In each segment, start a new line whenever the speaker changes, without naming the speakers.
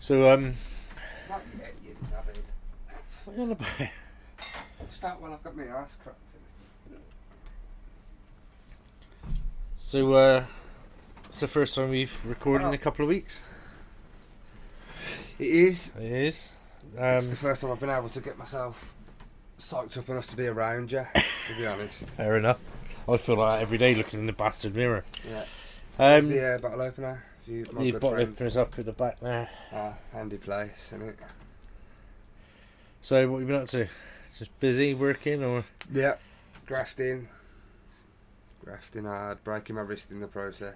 So, um,
Not yet, you haven't.
what are you on about?
Start when I've got my ass cracked in
So, uh, it's the first time we've recorded in a couple of weeks.
it. It is.
It is.
it's the
Um,
first time I've been able to get myself psyched up enough to be around you, to be honest.
fair enough. I'd feel like that every day looking in the bastard mirror.
Yeah.
Um,
the uh, bottle opener. If you, my
the
good
bottle
friend.
opener's up at the back there.
Ah, handy place, isn't it?
So, what have you been up to? Just busy working or?
Yeah. Grafting. Grafting hard, breaking my wrist in the process.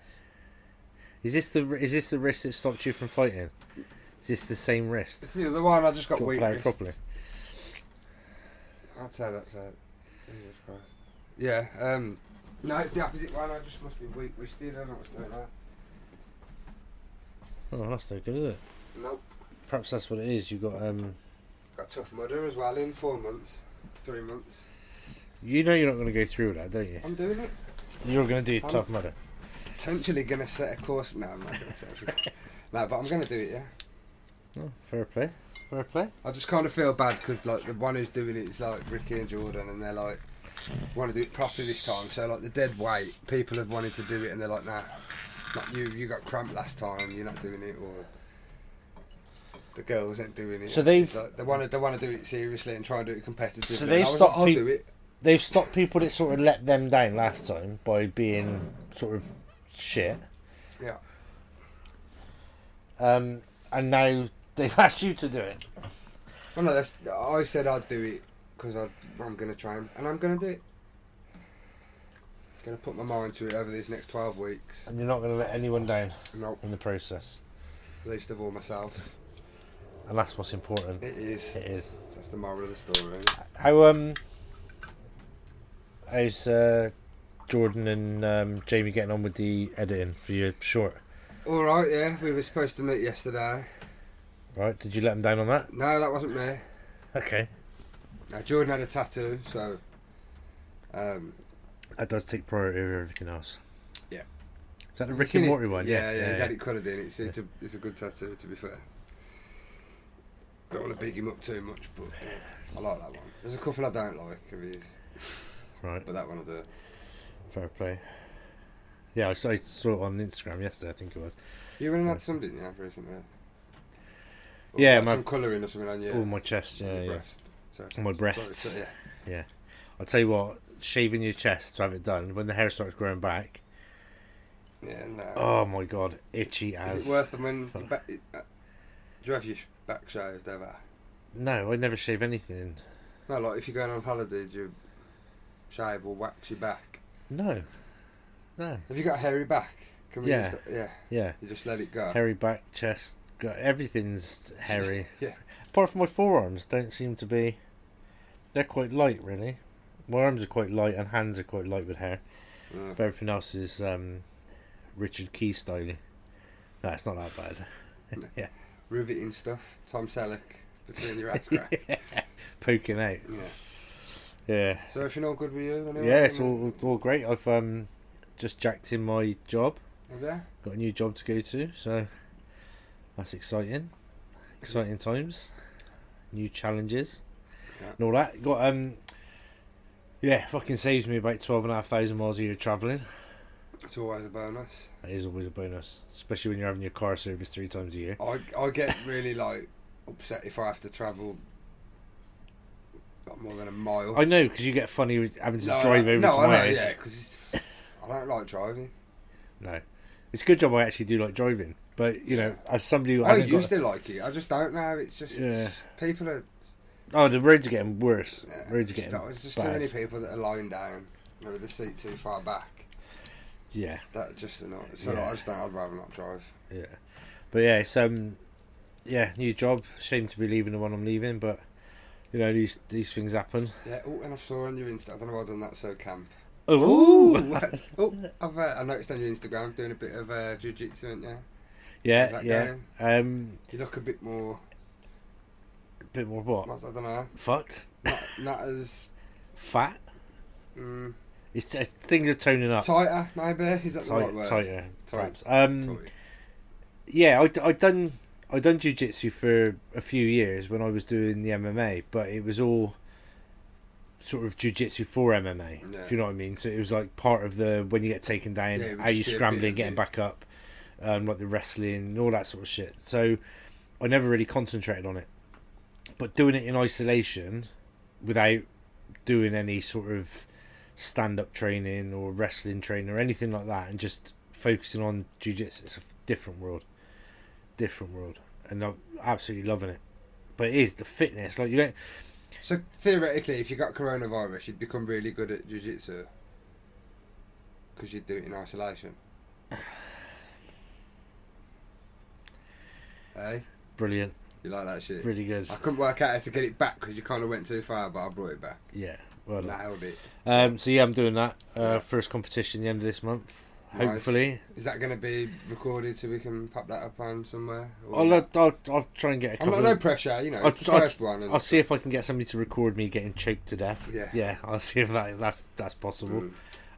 Is this the is this the wrist that stopped you from fighting? Is this the same wrist?
It's the other one, I just got
Got
weak
played
wrists.
properly.
I'd say that's it. Jesus Christ. Yeah, um, no, it's the opposite one, I just must be weak wristed, I don't know what's going on.
Oh, that's no good, is it?
Nope.
Perhaps that's what it is. You got um.
Got tough mudder as well in four months, three months.
You know you're not going to go through with that, don't you?
I'm doing it.
You're going to do
I'm-
tough mudder.
Potentially going to set a course. No, I'm not going to set a course. No, but I'm going to do it, yeah.
Oh, fair play. Fair play.
I just kind of feel bad because like the one who's doing it is like Ricky and Jordan, and they're like want to do it properly this time. So like the dead weight, people have wanted to do it, and they're like, nah, like you you got cramp last time, you're not doing it, or the girls ain't doing it.
So they've-
It's like, they want to they want to do it seriously and try and do it competitively.
So they've
I was
stopped
like, I'll
peop-
do it.
They've stopped people that sort of let them down last time by being sort of shit.
Yeah,
Um, and now they've asked you to do it.
well, Oh, no, that's I said I'd do it because I'm going to try and, and I'm going to do it. Going to put my mind to it over these next twelve weeks.
And you're not going to let anyone down
No,
in the process.
least of all myself.
And that's what's important.
It is.
It is.
That's the moral of the story. isn't it?
How, um, how's, uh, Jordan and um, Jamie getting on with the editing for your short?
All right, yeah. We were supposed to meet yesterday.
Right? Did you let them down on that?
No, that wasn't me.
Okay.
Now Jordan had a tattoo, so um,
That does take priority over everything else.
Yeah.
Is that the
you've
Rick
seen
and
his-
Morty one?
Yeah, yeah. he's had it coloured in. It's it's a it's a good tattoo, to be fair. Don't want to big him up too much, but I like that one. There's a couple I don't like of his,
Right.
but that one I do.
Fair play. Yeah, I saw, I saw it on Instagram yesterday. I think it was.
You went and had some, didn't you, recently? Or
Yeah,
had
my-
some colouring or something on you.
Oh, my chest.
on
Yeah,
your
yeah.
breast. Sorry,
On my
sorry,
breasts.
sorry, yeah.
I'll tell you what. Shaving your chest to have it done when the hair starts growing back.
Yeah, no.
Oh my god, itchy as.
Is it worse than when
fuck.
you back, uh, do you have your sh- back shaved ever?
No, I never shave anything.
No, like if you're going on holiday, do you shave or wax your back?
No. No.
Have you got a hairy back? Can we
Yeah.
Just, yeah.
Yeah.
You just let it go.
Hairy back, chest, gut, everything's hairy.
Yeah.
Apart from my forearms, don't seem to be. They're quite light, really. My arms are quite light and hands are quite light with hair.
Yeah.
But everything else is um, Richard Key style. No, it's not that bad.
Riveting stuff. Tom Selleck between your ass crack.
Poking out.
yeah.
Yeah.
So everything all good with you? Anyway,
Yeah, it's all, all great. I've um, just jacked in my job.
Have you?
Got a new job to go to, so that's exciting. Exciting times. New challenges.
Yeah.
And all that. Got um yeah, fucking saves me about twelve and a half thousand miles a year travelling.
It's always a bonus.
That is always a bonus. Especially when you're having your car serviced three times a year.
I I get really like upset if I have to travel like, more than a mile.
I know, because you get funny with having to
No, I
drive
know-
over
no,
to
I
my
know,
house.
yeah, 'cause it's- I don't like driving.
No. It's a good job I actually do like driving. But you know, as somebody who
I
hasn't got
Oh, used to like it. I just don't know. It's just
Yeah.
people are.
Oh the roads are getting worse.
Yeah,
roads are
just-
getting
There's just so
bad.
many people that are lying down you know, with the seat too far back.
Yeah.
That just annoys. So
Yeah.
like, I just don't. I'd rather not drive.
Yeah, but yeah, it's um, yeah, new job. Shame to be leaving the one I'm leaving, but you know these these things happen.
Yeah. Oh, and I saw on your Insta. I don't know why I've done that so camp.
Ooh,
what? oh, I've uh, I noticed on your Instagram doing a bit of uh, jiu-jitsu, aren't you? How's
yeah,
that
yeah.
going?
Um,
You look a bit more.
a bit more what?
I don't know.
Fucked,
Not, not as
fat.
mm,
It's uh, things are toning up.
tighter, maybe. Is that the right
Tight-
word?
tighter,
Tight.
perhaps. Um,
Tight.
yeah, I I done I done jujitsu for a few years when I was doing the MMA, but it was all sort of jujitsu for MMA.
Yeah.
If you know what I mean. So it was like part of the when you get taken down,
Yeah, it was
how you
just a bit
scrambling,
of
getting
it.
back up, um, like the wrestling and all that sort of shit. So I never really concentrated on it, but doing it in isolation without doing any sort of stand-up training or wrestling training or anything like that, and just focusing on jujitsu, it's a f- different world, different world, and I'm absolutely loving it. But it is the fitness, like you don't.
So theoretically, if you got coronavirus, you'd become really good at jiu-jitsu because you'd do it in isolation. hey,
Brilliant,
you like that shit?
really good.
I couldn't work out how to get it back because you kind of went too far, but I brought it back.
Yeah, well done.
Nailed it.
Um, so yeah, I'm doing that. Uh,
Yeah.
First competition the end of this month,
Nice.
hopefully.
Is that going to be recorded so we can pop that up on somewhere? Or-
I'll, uh, I'll, I'll I'll try and get a
I'm
couple.
not no
of,
pressure, you know.
I'll
It's the
try-
first one. And,
I'll see if I can get somebody to record me getting choked to death.
Yeah.
yeah. I'll see if that that's that's possible.
Mm.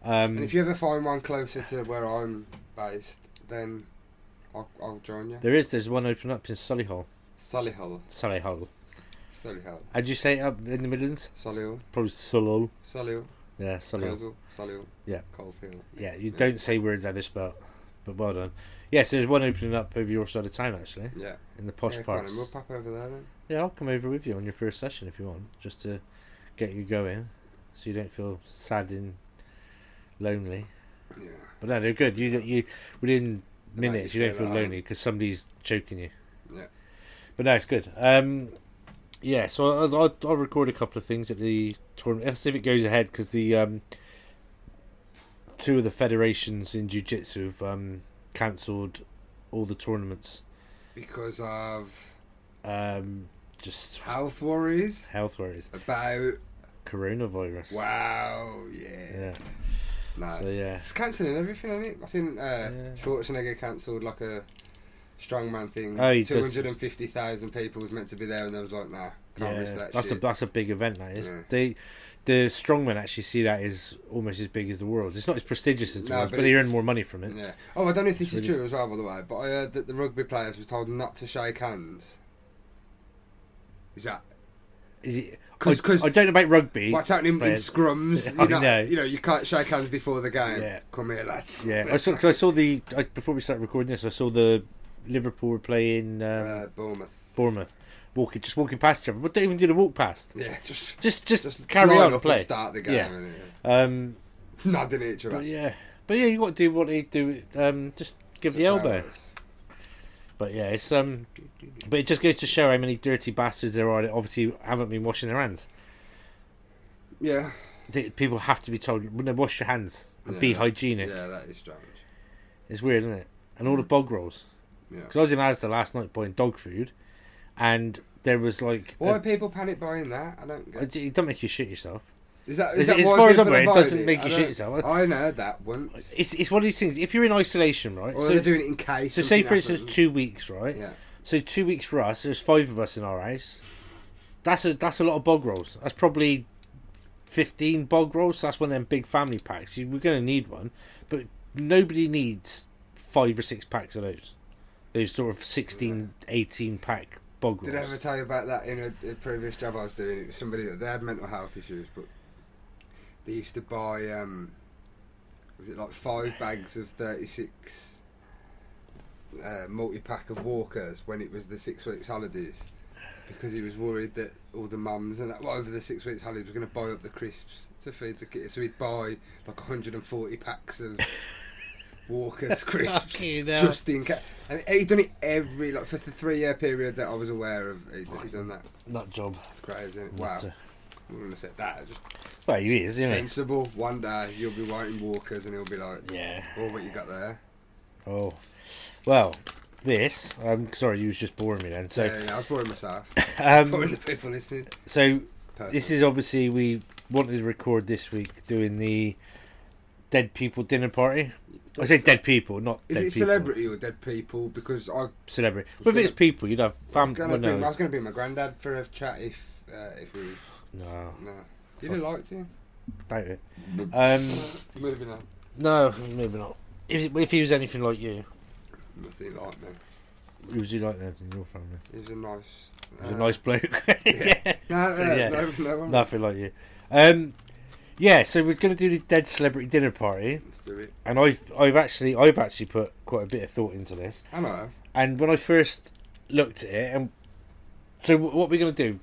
Um,
and if you ever find one closer to where I'm based, then I'll, I'll join you.
there is there's one opening up in Solihull.
Solihull.
Solihull.
Solihull.
How'd you say it up in the Midlands?
Solihull.
Probably Solihull.
Solihull.
Yeah, Solihull.
Solihull. Solihull.
Yeah.
Coleshill.
Yeah, you don't say words how they're spelled, but well done. Yes, there's one opening up over your side of town actually,
Yeah.
in the posh
yeah, come on,
parts.
and We'll pop over there then.
Yeah, I'll come over with you on your first session if you want, just to get you going, so you don't feel sad and lonely.
Yeah.
But no, they're good. You you within
They make
minutes
you
you don't
feel
feel
at
lonely because somebody's choking you.
Yeah.
But no, it's good. Um, yeah. So I'll, I'll, I'll record a couple of things at the tournament. Let's see if it goes ahead because the um, two of the federations in jiu jitsu have um, cancelled all the tournaments.
Because of
Um, just
health worries
health worries,
about.
coronavirus.
Wow. Yeah.
Yeah.
Nah.
So, yeah.
It's cancelling everything, isn't it? I seen uh,
Yeah.
Schwarzenegger cancelled like a strongman thing.
Oh, he does-
Two hundred and fifty thousand people was meant to be there, and they was like, nah, can't
Yeah,
risk that
that's
shit.
a that's a big event. That is
Yeah.
they, the strongmen actually see that as almost as big as the world. It's not as prestigious as the
No,
world,
but
but they earn
it's-
more money from it.
yeah. Oh, I don't know if this
It's
is
really-
true as well, by the way, but I heard that the rugby players was told not to shake hands. Is that
Is it?
'Cause-
I,
'cause-
I don't know about rugby.
what's happening in
players-
scrums?
I
You know,
know.
you know, you can't shake hands before the game.
Yeah.
Come here, lads.
Yeah, I
Let's
saw,
crack
'cause I saw the I, before we started recording this. I saw the Liverpool were playing um,
it. uh, Bournemouth.
Bournemouth, walking just walking past each other, but don't even do the walk past.
Yeah, just
Just just,
just
carry
line
on
up
and play.
and start the game.
Yeah.
innit?
Um,
Nodding at each
but
other.
yeah, but yeah, you got to do what they do. Um, just give the elbow. But yeah, it's um, but it just goes to show how many dirty bastards there are that obviously haven't been washing their hands.
Yeah.
The- People have to be told, "No, wash your hands and be
Yeah.
hygienic."
Yeah, Mm. that is strange.
It's weird, isn't it? And all the bog rolls.
Yeah.
Because I was in Asda last night buying dog food, and there was like,
Why are
a,
people panic buying that? I don't get.
it it don't make you shit yourself.
Is that
As-
is that
as
why
far as
people
I'm aware, it
are buying
doesn't make
I
you shit
don't-
yourself.
I know that once.
It's it's one of these things. If you're in isolation, right?
Or
so
they're doing it in case.
so say
something
for instance
happens.
two weeks, right?
Yeah.
So two weeks for us. There's five of us in our house. That's a that's a lot of bog rolls. That's probably fifteen bog rolls. That's one of them big family packs. You, we're going to need one, but nobody needs five or six packs of those. Those sort of 16, 18 pack bog rolls.
Did I ever tell you about that in a, a previous job I was doing? It was somebody that they had mental health issues, but they used to buy um, was it like five bags of thirty six uh, multi pack of Walkers when it was the six weeks holidays because he was worried that all the mums and that well, over the six weeks holidays was going to buy up the crisps to feed the kids, so he'd buy like hundred and forty packs of. Walker's crisps,
Fucking hell.
just in case. And he'd done it every like for the three year period that I was aware of. He'd, he'd done that.
Nut job.
It's crazy. Isn't it? Wow.
Nut, uh,
I'm gonna say that. Just
Well, he is, isn't he?
sensible. One day you'll be writing Walkers, and he'll be like,
Yeah.
"Oh, what you got there?"
Oh, well, this. I'm sorry, you was just boring me then. So,
yeah, yeah, I was boring myself. boring
um,
the people listening.
so
Personal.
this is obviously we wanted to record this week doing the dead people dinner party. I say dead people, not
Is
dead
it
people.
celebrity or dead people? Because I,
Celebrity. But if it's people, you'd have family.
I'm gonna
Well,
bring, I
no,
was going to bring my granddad for a chat if uh, if we
no,
no. You'd have liked him.
doubt it. Um,
Moving on.
no, maybe not. If, if he was anything like you,
Nothing like me.
Who was he like then in your family?
He's a nice.
He was
uh,
a nice bloke.
yeah. No,
So,
no,
yeah.
no, no, one-
Nothing like you. Um, yeah, so we're going to do the dead celebrity dinner party,
Let's do it.
and I've I've actually I've actually put quite a bit of thought into this.
I know.
And when I first looked at it, and so wh- what we're going to do,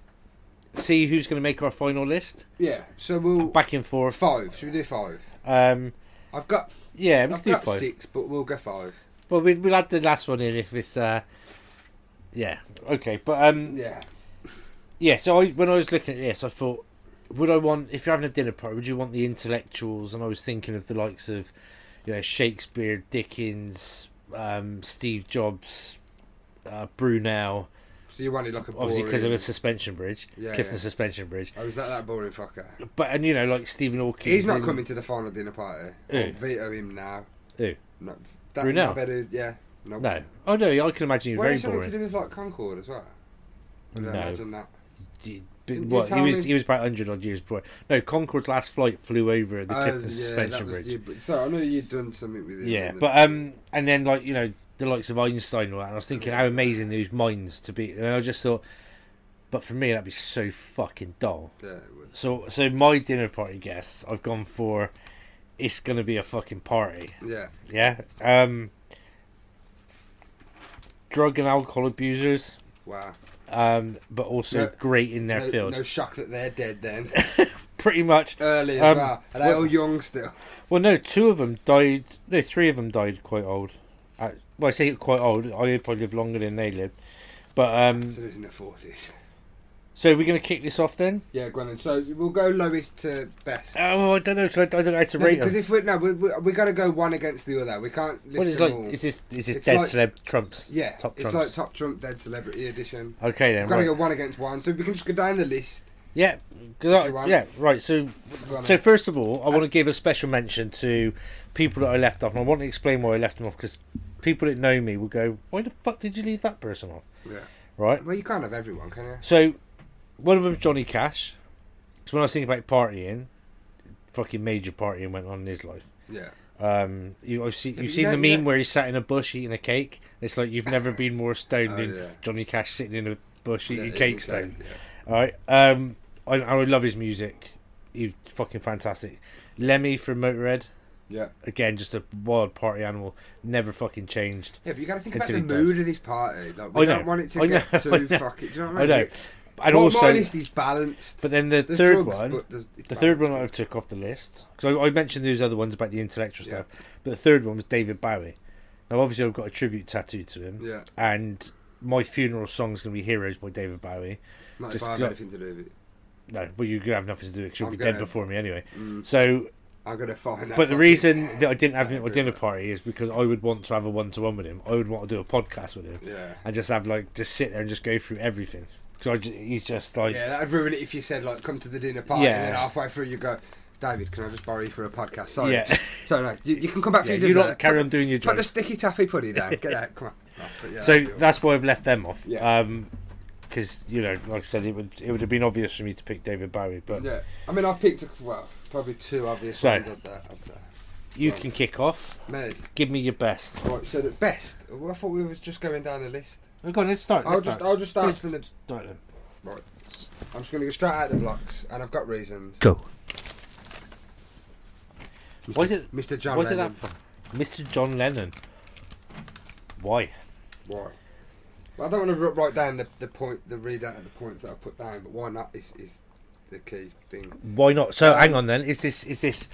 see who's going to make our final list,
Yeah. So we'll
back and forth.
five. Should we do five?
Um,
I've got.
yeah, we
I've
can do
got
five.
six, but we'll go five.
Well, we, we'll add the last one in if it's. Uh, yeah, okay, but um,
Yeah.
yeah. So I, when I was looking at this, I thought, would I want if you're having a dinner party, would you want the intellectuals? And I was thinking of the likes of, you know, Shakespeare, Dickens, um, Steve Jobs, uh, Brunel,
So you wanted like a boring.
obviously because of the suspension bridge,
Yeah,
Clifton
yeah.
suspension bridge.
Oh, is that that boring fucker?
But and you know, like Stephen Hawking.
He's not coming to the final dinner party.
Who?
I'll veto him now.
Who?
No, that,
Brunel?
that better, yeah. No.
No. Oh no, I can imagine you
What
very
is something to
boring.
do with like Concord as well? I don't
No.
imagine that.
D-
You-
But
you
what he
tell
was,
me-
he was about hundred odd years before. No, Concord's last flight flew over the
Oh,
Clifton
yeah, that
suspension
was-
bridge.
yeah, but- sorry, I know you'd done something with it.
Yeah,
and-
but um, and then like you know the likes of Einstein and all that, and I was thinking how amazing those minds to be, and I just thought, but for me that'd be so fucking dull.
Yeah, it would.
So so my dinner party guests, I've gone for, it's gonna be a fucking party.
yeah.
Yeah. Um. Drug and alcohol abusers,
Wow.
um, but also
No-
great in their
no,
field.
no shock that they're dead then.
Pretty much.
Early as
Um,
well. Are they
what-
all young still?
Well, no, two of them died. No, three of them died quite old. Uh, well, I say quite old. I probably lived longer than they lived. But um,
So they're in their 40s.
so we're gonna kick this off then.
Yeah, Gwennon. So we'll go lowest to best.
Oh, I don't know. 'cause I, I don't know how to rate
Because
them.
if we're no, we we we got to go one against the other. We can't list
What is
them
like?
all.
Is this is this
It's
dead
like-
celeb trumps?
yeah,
top
it's
trumps.
like top Trump dead celebrity edition.
okay
We've
then.
got to
Right.
go one against one, so we can just go down the list.
Yeah. 'cause I-
If you want.
yeah. Right. So
Go on
So
then.
first of all, I want to give a special mention to people that I left off, and I want to explain why I left them off because people that know me will go, "Why the fuck did you leave that person off?"
yeah.
Right.
Well, you can't have everyone, can you?
So one of them's Johnny Cash. So when I was thinking about partying, fucking major partying went on in his life.
Yeah.
Um, you, I've seen,
Have
you've
you
seen the
done
meme
that?
where he's sat in a bush eating a cake. It's like you've never been more stoned
Oh,
than
yeah.
Johnny Cash sitting in a bush
Yeah,
eating
it's
cake stone.
insane, yeah.
All right. Um, I, I love his music. He's fucking fantastic. Lemmy from Motorhead.
Yeah.
Again, just a wild party animal. Never fucking changed.
Yeah, but you got to think
Until
about the
he died.
mood of this party. Like, we
I know,
don't want it to
I
get
know, I
too
know,
fucking. Do you know what I
I
mean?
know. And
Well, my
also,
list is balanced.
but then the
There's
third
drugs,
one.
but there's- it's
The third one
balanced.
that I've took off the list because I, I mentioned those other ones about the intellectual
Yeah.
stuff, but the third one was David Bowie. Now, obviously, I've got a tribute tattooed to him,
Yeah.
and my funeral song's going to be "Heroes" by David Bowie.
Not
Just
if I have
got-
anything to do with it.
No, well, you're going to have nothing to do because you'll be
I'm
dead
gonna-
before me anyway.
Mm,
So,
I'm gonna find out.
but the
fucking-
reason that I didn't have
I
him at my
agree
dinner
with that.
party is because I would want to have a one-to-one with him. I would want to do a podcast with him
Yeah.
and just have like just sit there and just go through everything. Because he's just like,
Yeah, that'd ruin it if you said like, come to the dinner party,
Yeah.
and then halfway through you go, David, can I just borrow you for a podcast? Sorry,
Yeah.
just- sorry, no, you, you can come back for
Yeah,
your
you
dessert.
lot carry
Put-
on doing your
Put the
drugs.
sticky taffy pudding down. Get out. Come on. No, but yeah,
So
that'd be all right.
that's why I've left them off.
Yeah.
because you know, like I said, it would it would have been obvious for me to pick David Bowie, but
Yeah, I mean, I've picked a- well, probably two obvious
So-
ones of that. I'd say.
you
Right.
can kick ooff.
Me,
Give me your best.
right? So the best. Well, I thought we was just going down the list.
Well, Oh, go on, let's start.
I'll
Let's
just,
start.
I'll just start from the.
Right then.
Right. I'm just gonna go straight out of the blocks, and I've got reasons.
Go.
Mr.
Why is it?
Mr. John?
Why is it that
Lennon.
for? Mr. John Lennon. Why?
Why? Well, I don't want to write down the, the point, the readout of the points that I put down, but why not is, is the key thing.
Why not? So hang on then. Is this is this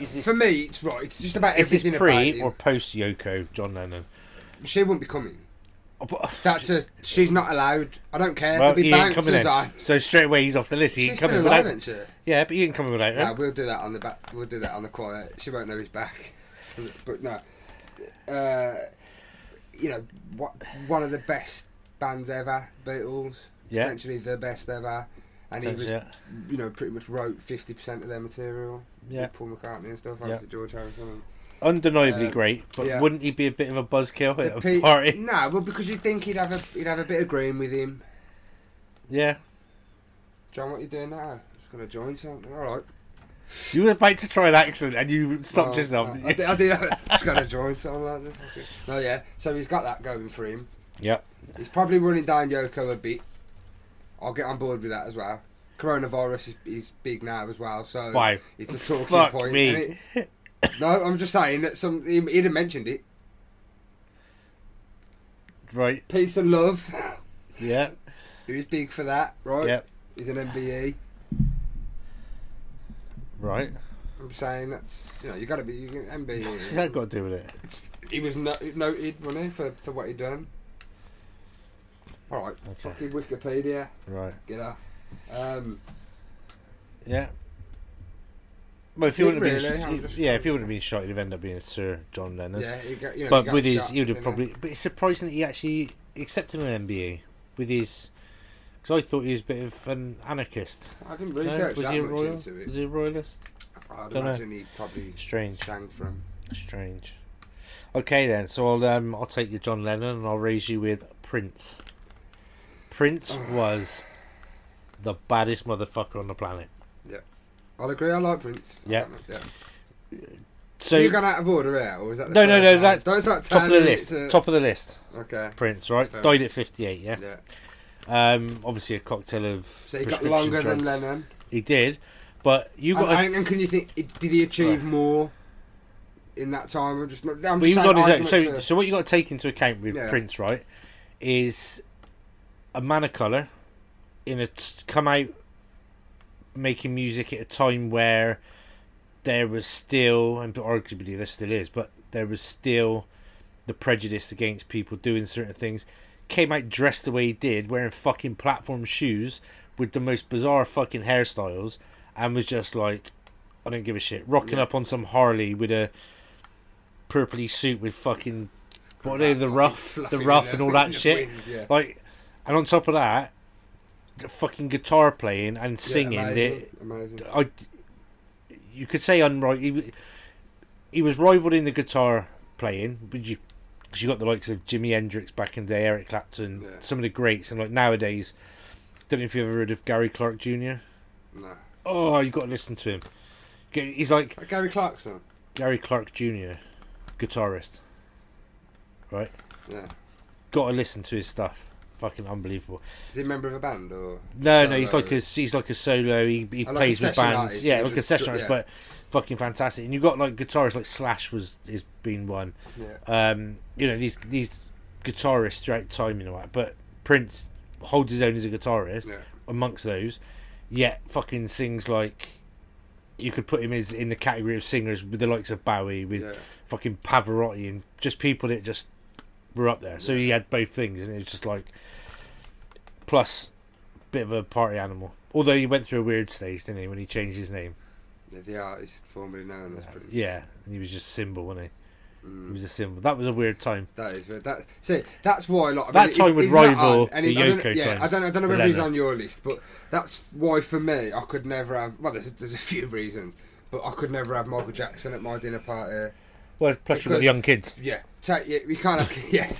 is this
For me, it's right. It's just about
is
everything
this
about
pre
him.
or post Yoko John Lennon?
She wouldn't be coming.
Oh, but-
That's a. She's not allowed. I don't care.
well,
There'll be
he ain't
bouncers
coming in.
on.
So straight away he's off the list. He ain't
She's
coming
still alive,
without.
isn't she?
Yeah, but he ain't coming without.
Yeah,
him.
we'll do that on the back. We'll do that on the quiet. She won't know he's back. But no, uh, you know, what, one of the best bands ever, Beatles.
Yeah.
Potentially the best ever, and he was,
Potentially, yeah.
you know, pretty much wrote fifty percent of their material.
Yeah.
With Paul McCartney and stuff.
Yeah.
Obviously George Harrison.
Undeniably
Um,
great, but
yeah.
wouldn't he be a bit of a buzzkill
The
at a
pe-
party?
No, well, because you'd think he'd have a he'd have a bit of green with him.
Yeah.
John, what you doing now? Just gonna join something. All right.
You were about to try an accent and you stopped
Well,
yourself.
no,
didn't
I
you?
did. I did. Just got a drawing something like that. No, yeah. So he's got that going for him.
Yep.
He's probably running down Yoko a bit. I'll get on board with that as well. Coronavirus is, is big now as well, so
Wow.
it's a talking
Fuck
point.
me.
and it- no, I'm just saying that some he, he'd have mentioned it.
Right.
Peace and love.
Yeah.
He was big for that, right?
Yep.
He's an E. MBE.
Right.
I'm saying that's you know you got to be you can
What's
MBE.
that got to do with it?
E. he was no, noted, wasn't he, for, for what he'd done? All right,
Okay.
fucking Wikipedia,
Right.
get off. Um,
Yeah. Well, if he wouldn't have
Really?
been,
I'm just-
yeah, if he wouldn't have been shot, he'd have ended up being Sir John Lennon.
yeah, he got, you know, he
but
got
with his,
shot,
he would have
didn't
probably. But it's surprising that he actually accepted an MBA with his. Because I thought he was a bit of an anarchist.
I didn't
No?
research
Was
that
he a
much
royal? Was
into it.
he a royalist?
I'd
Dunno.
imagine he probably
Strange.
sang from.
Strange. Okay then, so I'll um, I'll take you John Lennon and I'll raise you with Prince. Prince was the baddest motherfucker on the planet.
I'll agree. I like Prince. I
Yeah.
don't know, yeah.
So
you gone out of order here, or was that the
No, no,
first
no,
one?
that's
Don't start
top of the
turning it
list,
to-
top of the list,
Okay.
Prince. Right,
Fair
died at fifty-eight. Yeah.
Yeah.
Um, obviously a cocktail of
So he got
prescription
longer
drugs.
than Lennon.
He did, but you got.
and,
a-
and, and can you think? Did he achieve more in that time? I'm just. I'm just
but he was
saying
on his own. So,
arguments
so what you got to take into account with
Yeah.
Prince, right, is a man of color in a t- come out making music at a time where there was still, and arguably there still is, but there was still the prejudice against people doing certain things. Came out dressed the way he did, wearing fucking platform shoes with the most bizarre fucking hairstyles, and was just like, I don't give a shit, rocking
Yeah.
up on some Harley with a purpley suit with fucking what are they,
for
the
fucking
rough, the
fluffing
rough,
in
and
the-
all
in
that
the
shit.
wind, yeah.
Like, and on top of that, the fucking guitar playing and
Yeah,
singing.
amazing, amazing.
that I, you could say unright. He, w- he was rivaled in the guitar playing, but you, cause you got the likes of Jimi Hendrix back in the day, Eric Clapton,
Yeah.
some of the greats, and like nowadays, don't know if you've ever heard of Gary Clark Jr.
No.
Oh, you got to listen to him. G- He's like
Like Gary Clarkson.
Gary Clark Jr., guitarist. Right?
Yeah.
Got to listen to his stuff. Fucking unbelievable.
Is he a member of a band or?
No, no, he's
Solo?
like a he's like a solo. He, he
Oh, like
plays
a
with
session
bands,
artist,
yeah,
he
like a
just-
session artist,
yeah.
but fucking fantastic. And you got like guitarists like Slash was is been one.
Yeah.
Um, you know these these guitarists throughout time, you know what? But Prince holds his own as a guitarist
Yeah.
amongst those. Yet fucking sings like you could put him as in the category of singers with the likes of Bowie, with
Yeah.
fucking Pavarotti, and just people that just were up there. So he had both things, and it was just like plus bit of a party animal. Although he went through a weird stage, didn't he, when he changed his name?
Yeah, The artist formerly known as. Prince.
Yeah, and he was just symbol, wasn't he? He
Mm.
was a symbol. That was a weird time.
That is weird. That see, that's why like, I
That
mean, he's-
time would
he's not
rival
on- and he-
the
I don't-
Yoko
yeah, I
times
don't, I don't know
with
whether he's
Lennon.
on your list, but that's why for me I could never have. Well, there's, there's a few reasons, but I could never have Michael Jackson at my dinner party.
Well, plus you got the
Because-
young kids.
Yeah, take you. We can't have. Yeah,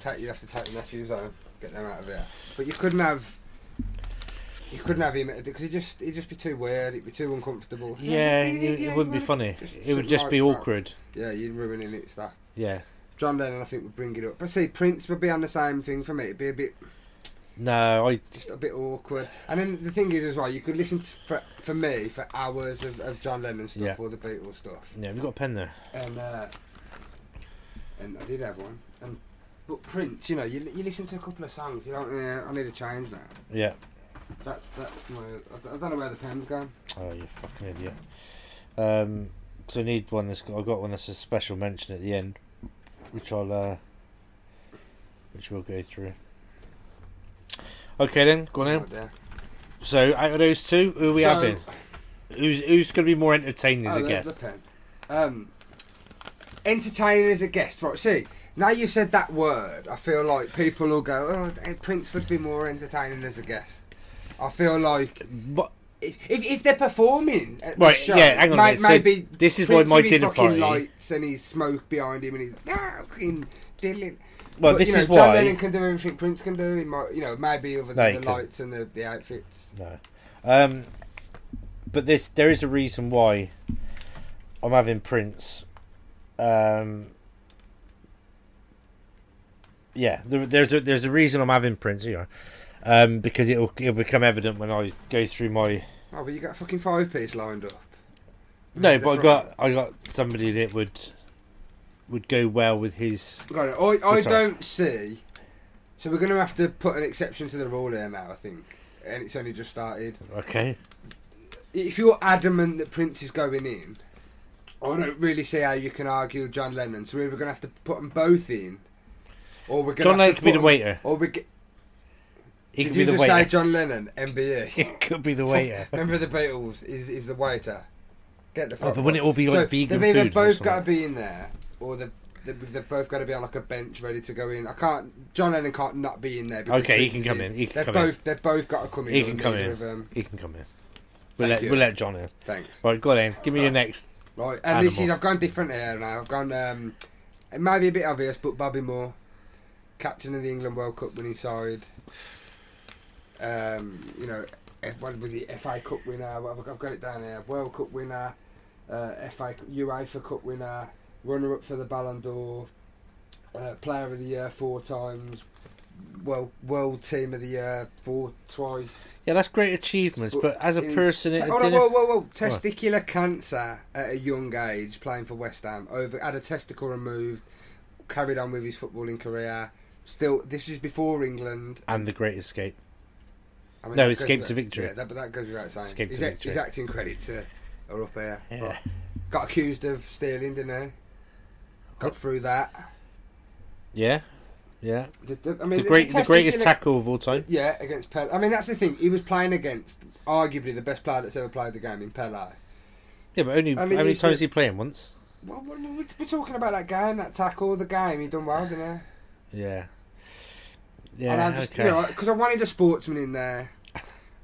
take you have to take the nephews home, get them out of here. But you couldn't have. You couldn't have him because he just he'd just be too weird. It'd be too uncomfortable.
Yeah, it, it wouldn't be funny.
Just
It would
sit
just
right
be
back.
awkward.
Yeah, you're ruining it, stuff.
Yeah.
John Lennon, I think, would bring it up. But see, Prince would be on the same thing for me. It'd be a bit
No, I
just a bit awkward. And then the thing is as well, you could listen to, for, for me for hours of, of John Lennon stuff
Yeah.
or the Beatles stuff.
yeah. Have you got a pen there?
And uh, and I did have one. And but Prince, you know, you, you listen to a couple of songs, you don't. Yeah, I need a change now.
Yeah.
That's that's my. I don't- I don't know where the pen's gone.
Oh, you fucking idiot. Um, so I need one that's got, I got one that's a special mention at the end, which I'll uh, which we'll go through. Okay then, go on
No
then.
idea.
So out of those two, who are we
So-
having? Who's who's going to be more entertaining as
Oh,
a
there's
guest?
The pen. Um, entertaining as a guest, right? See, now you've said that word, I feel like people will go, "Oh, Prince would be more entertaining as a guest." I feel like
But,
if, if, if they're performing at the
Right,
show,
yeah, hang on a minute. So
maybe
this is why
Prince
my
with his
dinner
fucking
party-
lights and his smoke behind him and he's ah, fucking diddling.
well,
But,
this
you know,
is
John
why.
Lennon can do everything Prince can do. He might, you know, maybe other than
No, he
the
couldn't.
lights and the, the outfits.
No. Um, but this there is a reason why I'm having Prince. Um, yeah, there, there's a, there's a reason I'm having prints here, um, because it'll it'll become evident when I go through my.
Oh, but you got fucking five piece lined up.
No,
Who's the
but I
front?
got I got somebody that would would go well with his.
Got it. I, I
Which I-
don't see. So we're going to have to put an exception to the rule here now, I think. And it's only just started.
Okay,
If you're adamant that Prince is going in, I don't really see how you can argue John Lennon. So we're either going to have to put them both in, or we're going
John
to
Lennon
have to
could be
put
the
'em-
waiter.
Or we g-
He
did
could
you
be the
just say
waiter.
John Lennon, MBE?
He could be the waiter.
Member of the Beatles is is the waiter. Get the.
Oh,
fuck
but wouldn't it
right.
all be, like, vegan
They've either
food or
both got to
something?
be in there, or they've, they've, they've both got to be on like a bench ready to go in. I can't. John Lennon can't not be in there. because
Okay, he can
Prince is
come in, he can
they've
come in.
both they've both got to come in.
He
or
can come
neither
in.
of 'em-
He can come in. We'll
Thank
let
you.
we'll let John in.
Thanks.
Right, go on then. Give me your next.
Right, and this is
Animal.
I've gone different here now. I've gone. Um, it might be a bit obvious, but Bobby Moore, captain of the England World Cup winning side. Um, you know, F, what was he? FA Cup winner. What have I- I've got it down here. World Cup winner, uh, FA Cu- UEFA Cup winner, runner up for the Ballon d'Or, uh, Player of the Year four times, World World Team of the Year four twice.
Yeah, that's great achievements, but as a
It was- oh,
person, it, it
Te- hold on,
didn't.
whoa, whoa, whoa. Testicular cancer at a young age, playing for West Ham. Over had a testicle removed, carried on with his footballing career. Still, this is before England.
And the Great Escape.
I mean,
No,
that
escape
goes
to
without-
victory.
Yeah, that, but that goes without saying.
Escape to
his, act-
victory.
his acting credits are, are up here.
Yeah.
Right. Got accused of stealing, didn't he? Got through that.
Yeah, yeah.
The, the- I mean,
The great, the greatest
testicular-
tackle of all time.
Yeah, against Pele. I mean, that's the thing. He was playing against arguably the best player that's ever played the game in Pele.
Yeah, but only
I mean,
how many
he's
times
just-
did he play him once?
Well, well, well, we're, we're talking about that game, that tackle, the game. He done well, didn't he?
Yeah.
and
Yeah.
I just,
okay.
you know, because I wanted a sportsman in there.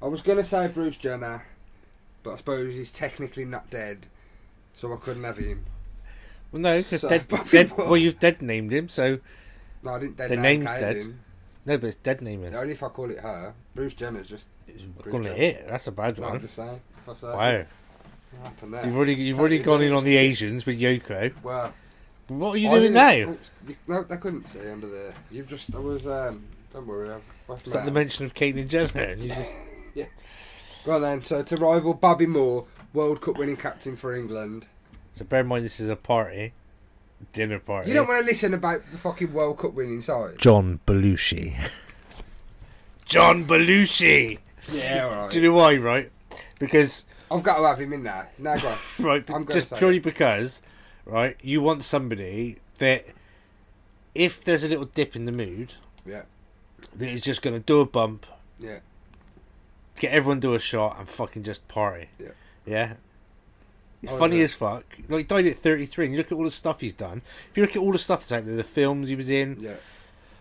I was gonna say Bruce Jenner, but I suppose he's technically not dead, so I couldn't have him.
well, no, because
so-
dead, dead. Well, you've dead named him, so
No, I didn't. Dead
The
name
name's
came
dead.
in.
no, but it's dead naming.
Only if I call it her. Bruce Jenner's just.
We're Calling it it. That's a bad
No, I'm
one.
just saying. If I say
Wow,
What happened there?
you've already you've
No,
already
you
gone in
don't.
on the Asians with Yoko.
well,
What are you
I
doing
didn't-
now?
you- No, I couldn't see under there. You've just. I was. Um, don't worry. I've washed
Is
my
that the
hands.
mention of Caitlyn Jenner? And you just
Right then, so to rival Bobby Moore, World Cup winning captain for England.
so bear in mind this is a party, dinner party.
You don't want to listen about the fucking World Cup winning side.
John Belushi. John Belushi.
Yeah, alright.
Do you know why? Right, because
I've got to have him in there. Now go on.
right,
I'm gonna
just
say
purely
it.
because, right, you want somebody that, if there's a little dip in the mood,
Yeah,
that is just going to do a bump,
yeah.
get everyone to a shot, and fucking just party.
Yeah.
Yeah. It's
Oh,
funny
yeah.
as fuck. Like, he died at 33, and you look at all the stuff he's done. If you look at all the stuff that's out there, the films he was in,
Yeah.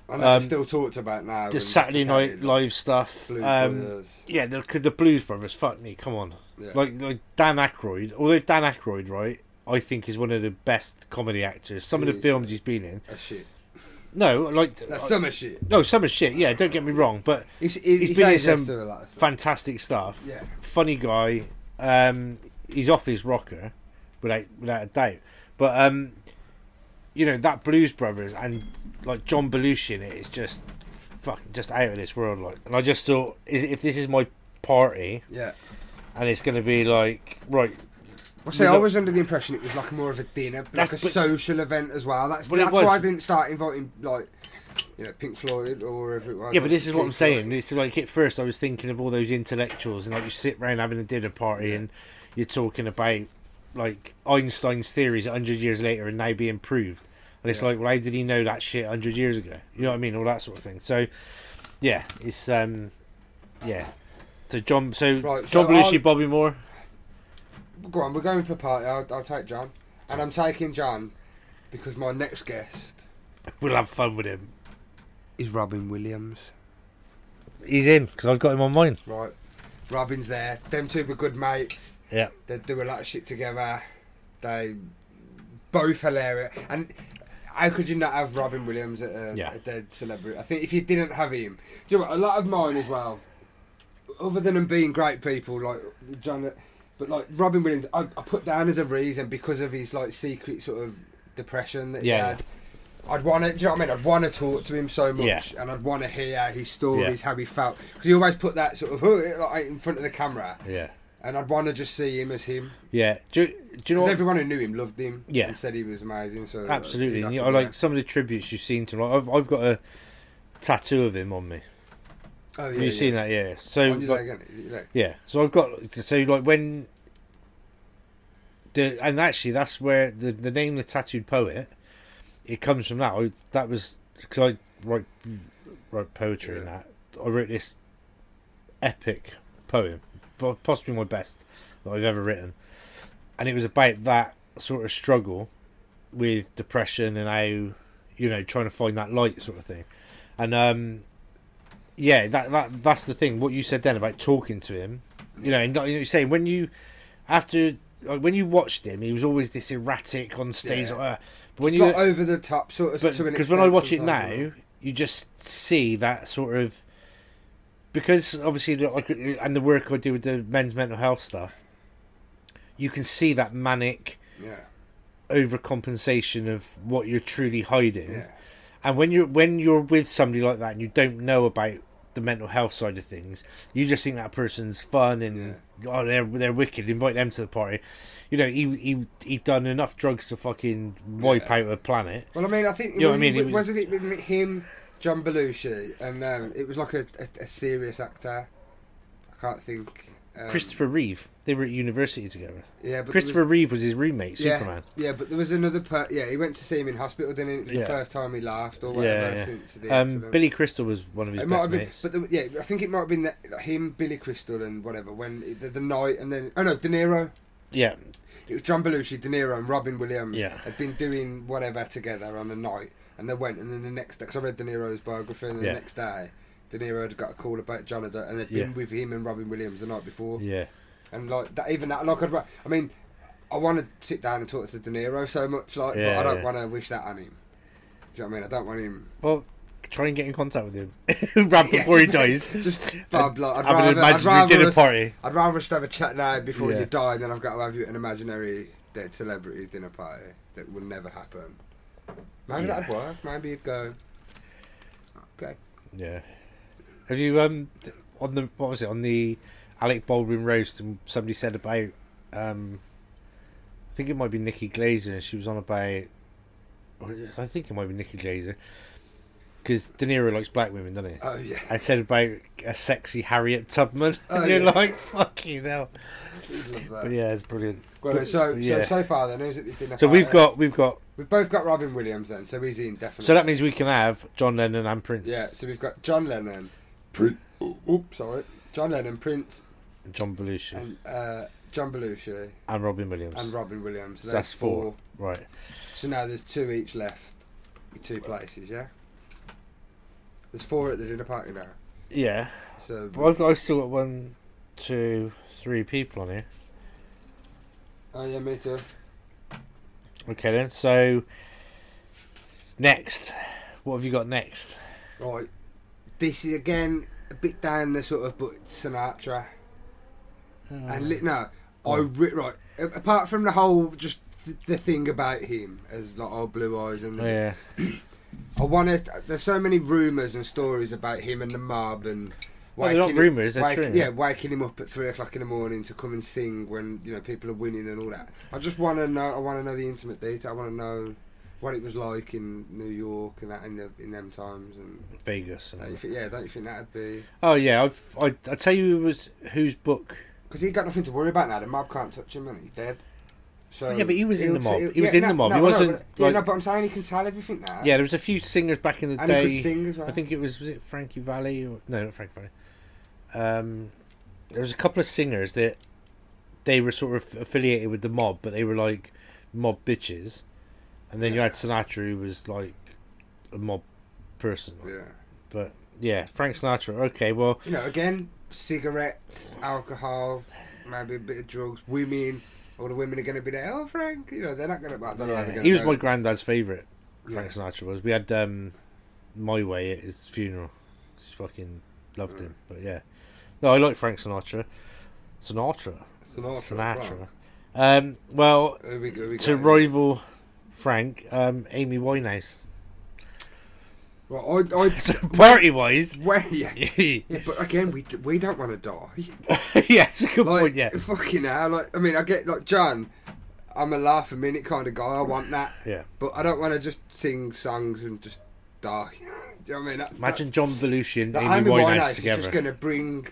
I know
Um,
it's still talked about now.
the
and
Saturday Night
Blue
Live stuff. um,
Brothers.
yeah, the, 'cause the Blues Brothers, fuck me, come on.
Yeah.
Like, like Dan Aykroyd, although Dan Aykroyd, right, I think is one of the best comedy actors. Some of the
Really?
films he's been in,
That's shit.
No, like
That's
I-
summer shit.
no, some is shit. Yeah, don't get me wrong, but
He's,
He's
he
been in
says
some
yes to a lot of stuff.
fantastic stuff.
Yeah.
Funny guy. Um, he's off his rocker, without without a doubt. But um, you know that Blues Brothers and like John Belushi in it is just fucking just out of this world. Like, and I just thought, is if this is my party
Yeah.
and it's going to be like right,
Well, see,
We've
I
got-
was under the impression it was like more of a dinner, like
That's
a
but-
social event as well. That's,
Well, it
that's
was-
why I didn't start inviting, like, you know, Pink Floyd or whatever it was.
Yeah, but this is what I'm
Pink
saying.
Floyd.
This is like at first I was thinking of all those intellectuals and like you sit round having a dinner party and you're talking about like Einstein's theories hundred years later and now being proved. And it's
Yeah.
like, well, how did he know that shit hundred years ago? You know what I mean? All that sort of thing. So yeah, it's um yeah. So John so
Right, so
John Belushi,
I'll-
Bobby Moore.
Go on, we're going for party. I'll, I'll take John. And I'm taking John because my next guest
We'll have fun with him.
is Robin Williams.
He's in because I've got him on mine.
Right. Robin's there. Them two were good mates.
Yeah.
They do a lot of shit together. They both hilarious. And how could you not have Robin Williams at a,
Yeah.
a dead celebrity? I think if you didn't have him, do you know what, a lot of mine as well. Other than them being great people, like John, but like Robin Williams, I, I put down as a reason because of his like secret sort of depression that he
Yeah.
had. I'd want to, do you know what I mean? I'd want to talk to him so much,
Yeah.
and I'd want to hear his stories,
Yeah.
how he felt, because he always put that sort of "Huh," like, in front of the camera,
Yeah.
and I'd want to just see him as him.
Yeah. Do, you- do you know
Because
what?
everyone who knew him loved him,
Yeah.
and said he was amazing. So like,
Absolutely. And
you'd uh, have
you
to
I
be
like some of the tributes you've seen to him. Like, I've, I've got a tattoo of him on me.
there. oh, yeah,
Have you
yeah.
seen that? Yeah. So,
Oh, you
like,
like, it, you like-
yeah. So I've got, so like when, the, and actually that's where the, the name The Tattooed Poet, it comes from that. I, that was, because I write, write poetry and that. I wrote this epic poem, po- possibly my best that I've ever written. And it was about that sort of struggle with depression and how, you know, trying to find that light sort of thing. And um yeah, that, that that's the thing. What you said then about talking to him, you know, and like you saying when you after like, when you watched him, he was always this erratic on stage.
Yeah.
Like, uh, but when
It's
you
not over the top, sort of.
but
to an
because when I
extent
watch it
sometimes,
now, you just see that sort of because obviously the- like, and the work I do with the men's mental health stuff, you can see that manic
Yeah,
overcompensation of what you're truly hiding.
yeah,
And when you're when you're with somebody like that and you don't know about the mental health side of things, you just think that person's fun and oh they're they're wicked. Invite them to the party. You know he he he done enough drugs to fucking wipe
Yeah.
out a planet.
Well, I mean, I think
You know what I
was
mean?
It,
It was-
was... not it with him, John Belushi, and um, it was like a, a, a serious actor. I can't think. Um,
Christopher Reeve. They were at university together.
Yeah, but there
Christopher
was,
Reeve was his roommate,
yeah,
Superman.
Yeah, but there was another. Per- yeah, he went to see him in hospital, didn't he? It was
Yeah.
the first time he laughed or whatever
Yeah,
since the
yeah. Um,
accident.
Billy Crystal was one of his
It might
best
have been,
mates.
but the, yeah, I think it might have been that, like, him, Billy Crystal, and whatever. When the, the night, and then oh no, De Niro.
Yeah,
It was John Belushi, De Niro, and Robin Williams
Yeah.
had been doing whatever together on a night, and they went, and then the next day, because I read De Niro's biography, and then
Yeah.
the next day, De Niro had got a call about John, and they'd been
Yeah.
with him and Robin Williams the night before,
yeah,
and like that, even that, like I'd, wa- I mean, I want to sit down and talk to De Niro so much, like, but
Yeah,
I don't
yeah.
want to wish that on him. Do you know what I mean? I don't want him.
Well, try and get in contact with him right before he dies.
Just blah blah. I'd
have an
rather, I'd
imaginary
rather
dinner
us,
party.
I'd rather us to have a chat now before
Yeah.
you die, than I've got to have you at an imaginary dead celebrity dinner party that will never happen. Maybe
Yeah.
that'd work. Maybe you'd go. Okay.
Yeah. Have you um th- on the what was it on the Alec Baldwin roast? And somebody said about um, I think it might be Nikki Glazer. She was on about I think it might be Nikki Glazer because De Niro likes black women, doesn't he?
Oh yeah.
I said about a sexy Harriet Tubman.
Oh,
You're
yeah. Uh,
like fucking hell.
You'd love that.
But yeah, it's brilliant.
Well,
But-
so,
yeah.
so so far then who's at this dinner?
So
party?
we've got we've got
we've both got Robin Williams then, so he's in definitely.
so that means we can have John Lennon and Prince.
uh, yeah. So we've got John Lennon. Prince. Oops, sorry. John Lennon, Prince,
and John Belushi and,
and uh, John Belushi
Robin Williams.
and Robin Williams.
So that's four. Right.
So now there's two each left, two places, yeah. There's four at the dinner party now.
Yeah.
So
Well, I've, got, I've still got one, two, three people on here.
oh yeah, me too.
Okay then. So next, what have you got next?
Right, this is again a bit down the sort of but Sinatra and li- no, I re- right a- apart from the whole just th- the thing about him as like old blue eyes and
yeah,
I want to. There's so many rumours and stories about him and the mob and.
Well, they're not
waking-
rumours, they're
waking-
true.
Yeah, waking him up at three o'clock in the morning to come and sing when you know people are winning and all that. I just want to know. I want to know the intimate detail. I want to know what it was like in New York and that in the in them times. And
Vegas.
don't you
And,
think, yeah, don't you think that'd be?
oh yeah, I've, I I tell you, it was whose book?
Because he got nothing to worry about now. The mob can't touch him, and he's dead. So
Yeah, but he was in
he'll
the mob.
t-
He was in
no,
the mob.
no,
He
I know,
wasn't,
but- yeah,
like-
no, but I'm saying he can tell everything now.
Yeah, there was a few singers back in the
and
day.
he Uh, could sing as well.
I think it was was it Frankie Valley or no, not Frankie Valley. Um, there was a couple of singers that they were sort of affiliated with the mob, but they were like mob bitches. And then you
Yeah.
had Sinatra, who was like a mob person.
Yeah.
But yeah, Frank Sinatra. Okay, well,
you know, again, cigarettes, alcohol, maybe a bit of drugs, women. All the women are going to be there. Oh, Frank, you know, they're not going to. I don't know how they're going to.
he was my granddad's favourite. Frank
Yeah.
Sinatra was. We had um, My Way at his funeral. Just fucking
Mm.
loved him. But yeah, no, I like Frank Sinatra. Sinatra.
Sinatra.
Sinatra.
Frank.
Um, well,
Here we go. here we
to
go.
rival Frank, um, Amy Winehouse
Well, I, I
So priority wise,
well, yeah.
yes,
yeah, but again, we d- we don't want to die.
a good
Like,
point. Yeah,
fucking hell. Like, I mean, I get like John. I'm a laugh a minute kind of guy. I want that,
yeah.
but I don't want to just sing songs and just die. Do you know what I mean? That's,
Imagine
that's,
John Belushi and
the
Amy Winehouse
is just
together.
going to bring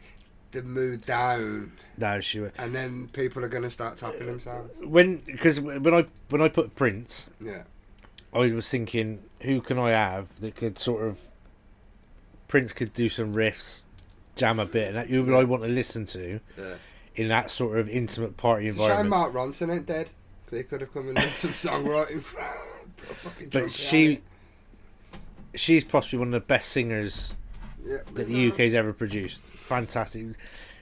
the mood down,
No, she would.
and then people are going to start tapping themselves.
When because when I when I put Prince,
Yeah,
I was thinking, who can I have that could sort of Prince could do some riffs, jam a bit, and that you would I want to listen to
yeah.
in that sort of intimate party
It's a shame
environment.
Mark Ronson ain't dead. 'cause he could have come and done some songwriting. for- for fucking John
But she,
Belushi.
she's possibly one of the best singers
yeah.
that the UK's ever produced. Fantastic.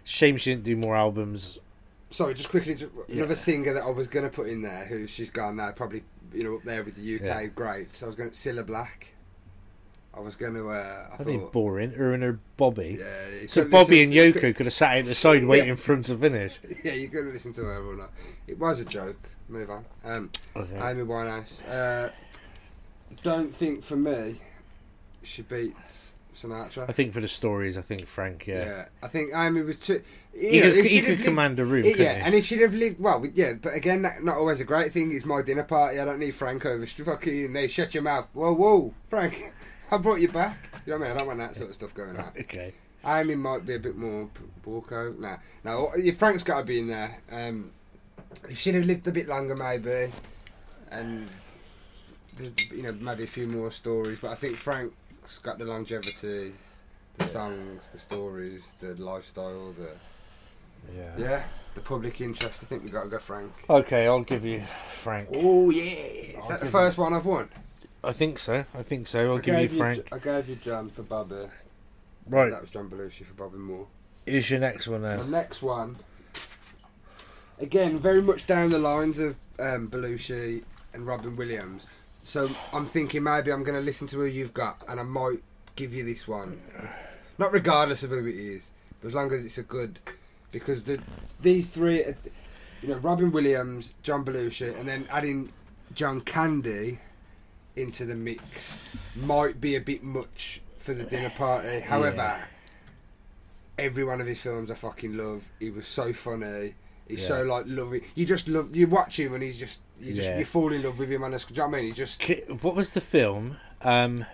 Shame she didn't do more albums.
Sorry, just quickly, ju-
Yeah.
another singer that I was going to put in there, who she's gone now, probably you know up there with the UK
Yeah.
greats. I was going to Cilla Black. I was going to. Uh, I
I think
thought.
boring. Her and her Bobby.
yeah, you
So
couldn't
Bobby and
listen to-
Yoko could have sat out the side waiting for him to finish.
you could- Yeah, you couldn't listen to her all night. It was a joke. Move on. Um,
Okay.
Amy Winehouse. Uh, don't think for me, she beats Sinatra.
I think for the stories, I think Frank. Yeah,
yeah. I think Amy was too. You
he
know,
could,
if
he
she'd have
could
lived-
command a room.
Yeah,
couldn't he?
and if she'd have lived well, we- yeah, but again, that, not always a great thing. It's my dinner party. I don't need Frank over. Sh- Fucking, they shut your mouth. Whoa, whoa, Frank, I brought you back. You know what I mean? I don't want that sort of stuff going on.
Okay.
Amy might be a bit more p- Borco. Nah, no, if Frank's got to be in there. Um, if she'd have lived a bit longer, maybe, and there's, you know, maybe a few more stories. But I think Frank's got the longevity, the songs, the stories, the lifestyle, the.
Yeah.
Yeah, the public interest. I think we got to go Frank.
Okay, I'll give you Frank.
Oh yeah, is
I'll
that the
give
first one I've won?
I think so. I think so. I'll
I
give
gave
you Frank.
I gave you John for Bobby.
Right.
That was John Belushi for Bobby Moore.
Here's your next one
The
now.
next one, again, very much down the lines of um, Belushi and Robin Williams. So I'm thinking maybe I'm going to listen to who you've got, and I might give you this one, not regardless of who it is, but as long as it's a good, because the these three, are- you know, Robin Williams, John Belushi, and then adding John Candy into the mix might be a bit much for the dinner party. However every one of his films I fucking love. He was so funny. He's so like loving. You just love. You watch him and he's just. You just.
Yeah.
You fall in love with him on a. sc- Do you know what I mean? He just.
K- What was the film? Um,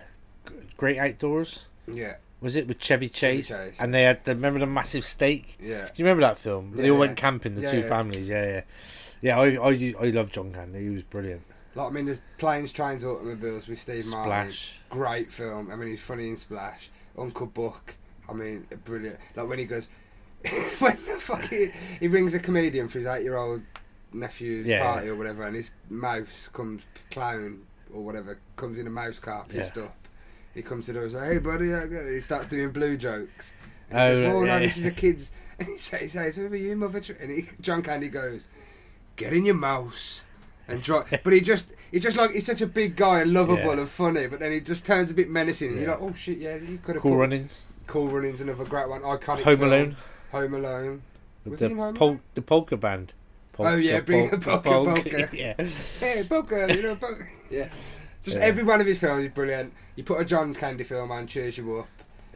G- Great Outdoors.
Yeah.
Was it with Chevy Chase?
Chase,
And they had. The, remember the massive steak?
Yeah.
Do you remember that film? they
Yeah,
all went
yeah.
camping. The
Yeah,
two
yeah.
families. Yeah, yeah. Yeah, I, I, I love John Candy. He was brilliant.
Like I mean, there's planes, trains, automobiles with Steve Martin.
Splash.
Great film. I mean, he's funny in Splash. Uncle Buck. I mean, brilliant. Like when he goes. when the fucking he rings a comedian for his eight-year-old nephew's
Yeah,
party or whatever, and his mouse comes clown or whatever comes in a mouse car pissed up. He comes to the door and says, "Hey, buddy," how go-" he starts doing blue jokes. And he
Oh,
goes, "Oh,
right,
no,
yeah,
this is a kid's." And he says, he says "Who are you, mother?" tr-" And he, John Candy goes, "Get in your mouse." And drive, but he just, he just like he's such a big guy and lovable
Yeah.
and funny, but then he just turns a bit menacing. And you're
Yeah.
like, oh shit, yeah, you could have
Cool
put
Runnings.
Cool Runnings, another great one. Iconic.
Home
film.
Alone.
Home Alone. Was he in
The,
Home
pol- the polka band. Polka,
Oh, yeah, bring the polka, polka.
yeah.
hey, poker, you know, poker. Yeah. Just
Yeah.
every one of his films is brilliant. You put a John Candy film on, cheers you up.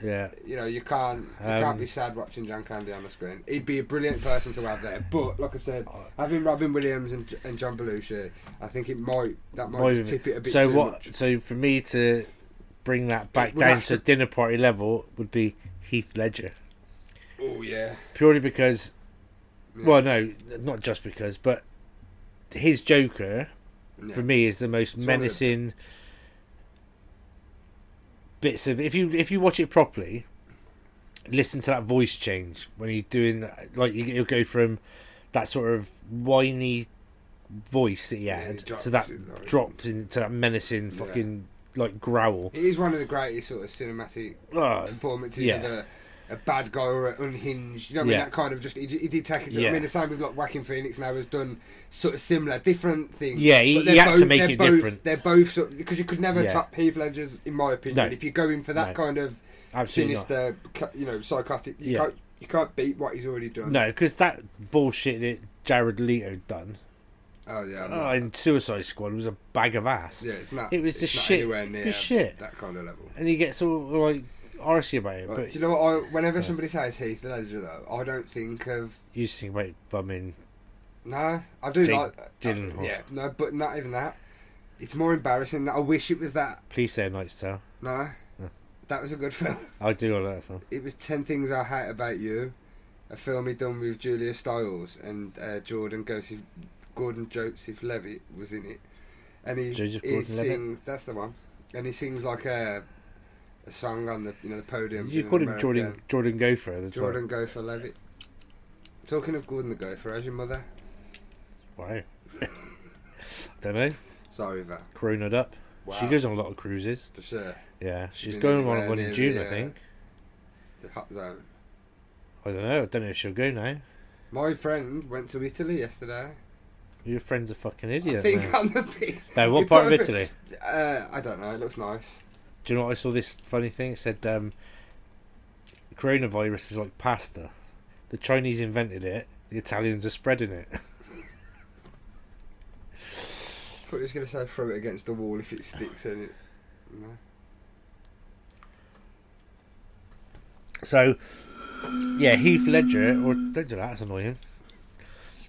Yeah.
You know, you can't you
Um,
can't be sad watching John Candy on the screen. He'd be a brilliant person to have there. But like I said, having Robin Williams and, and John Belushi, I think it might that might
Wait a
just
minute.
tip it a bit
so
too
what?
much.
So for me to bring that back
would
down
have
to,
to-
dinner party level would be Heath Ledger,
Oh yeah.
purely because,
Yeah.
well, no, not just because, but his Joker
Yeah.
for me is the most
one of the-
menacing bits of. If you if you watch it properly, listen to that voice change when he's doing like you will go from that sort of whiny voice that he
he
had
drops
to that
it, like-
drop into that menacing fucking like growl.
It is one of the greatest sort of cinematic
Oh,
performances
Yeah.
of a, a bad guy or an unhinged. You know what I mean?
Yeah.
That kind of just he, he did take it. to-
Yeah.
I mean, the same with like Whacking Phoenix now has done sort of similar, different things.
Yeah, he-
but they're
he had to make
they're
it
both,
different.
They're both sort because you could never
Yeah.
top Heath Ledger's, in my opinion.
No.
If you go in for that
No.
kind of
absolutely not.
sinister, ca- you know, psychotic, you
Yeah.
can't you can't beat what he's already done.
No, because that bullshit that Jared Leto done
Oh yeah, I'm
Oh,
not-
and Suicide Squad was a bag of ass.
yeah. It's not.
It was
it's
just
not
shit.
Anywhere
It
near
was shit.
That kind of level.
And he gets all like arsey about it.
Right,
But
do you know what? I, whenever somebody says Heath Ledger, though, I don't think of
you just think about bumming.
no. I do
Jake
like uh,
Gyllenhaal.
yeah. No, but not even that. It's more embarrassing. that I wish it was that.
Please say a Knight's Tale.
No,
Yeah.
that was a good film.
I do all that film.
It was Ten Things I Hate About You, a film he done with Julia Stiles and uh, Jordan Joseph, Gordon Joseph Levitt was in it, and he,
Joseph
he
Gordon-Levitt?
sings. That's the one, and he sings like a, a song on the you know the podium.
You
in
called him
America.
Jordan Jordan Gopher. That's
Jordan
right.
Gopher Levitt. Talking of Gordon the Gopher, how's your mother?
Wow. Don't know.
Sorry, Val.
Corona up. She goes on a lot of cruises.
For sure.
Yeah, she's
been
going on
anywhere
one in
near
June,
the,
I
uh,
think.
The hot zone.
I don't know. I don't know if she'll go now.
My friend went to Italy yesterday.
Your friend's a fucking
I
idiot.
think
man.
on the beach.
No, what
He
part of
put a pic-
Italy?
Uh, I don't know. It looks nice.
Do you know what I saw this funny thing? It said um, coronavirus is like pasta. The Chinese invented it. The Italians are spreading it.
I thought he was going to say throw it against the wall if it sticks in it. No.
So, yeah, Heath Ledger or don't do that. That's annoying.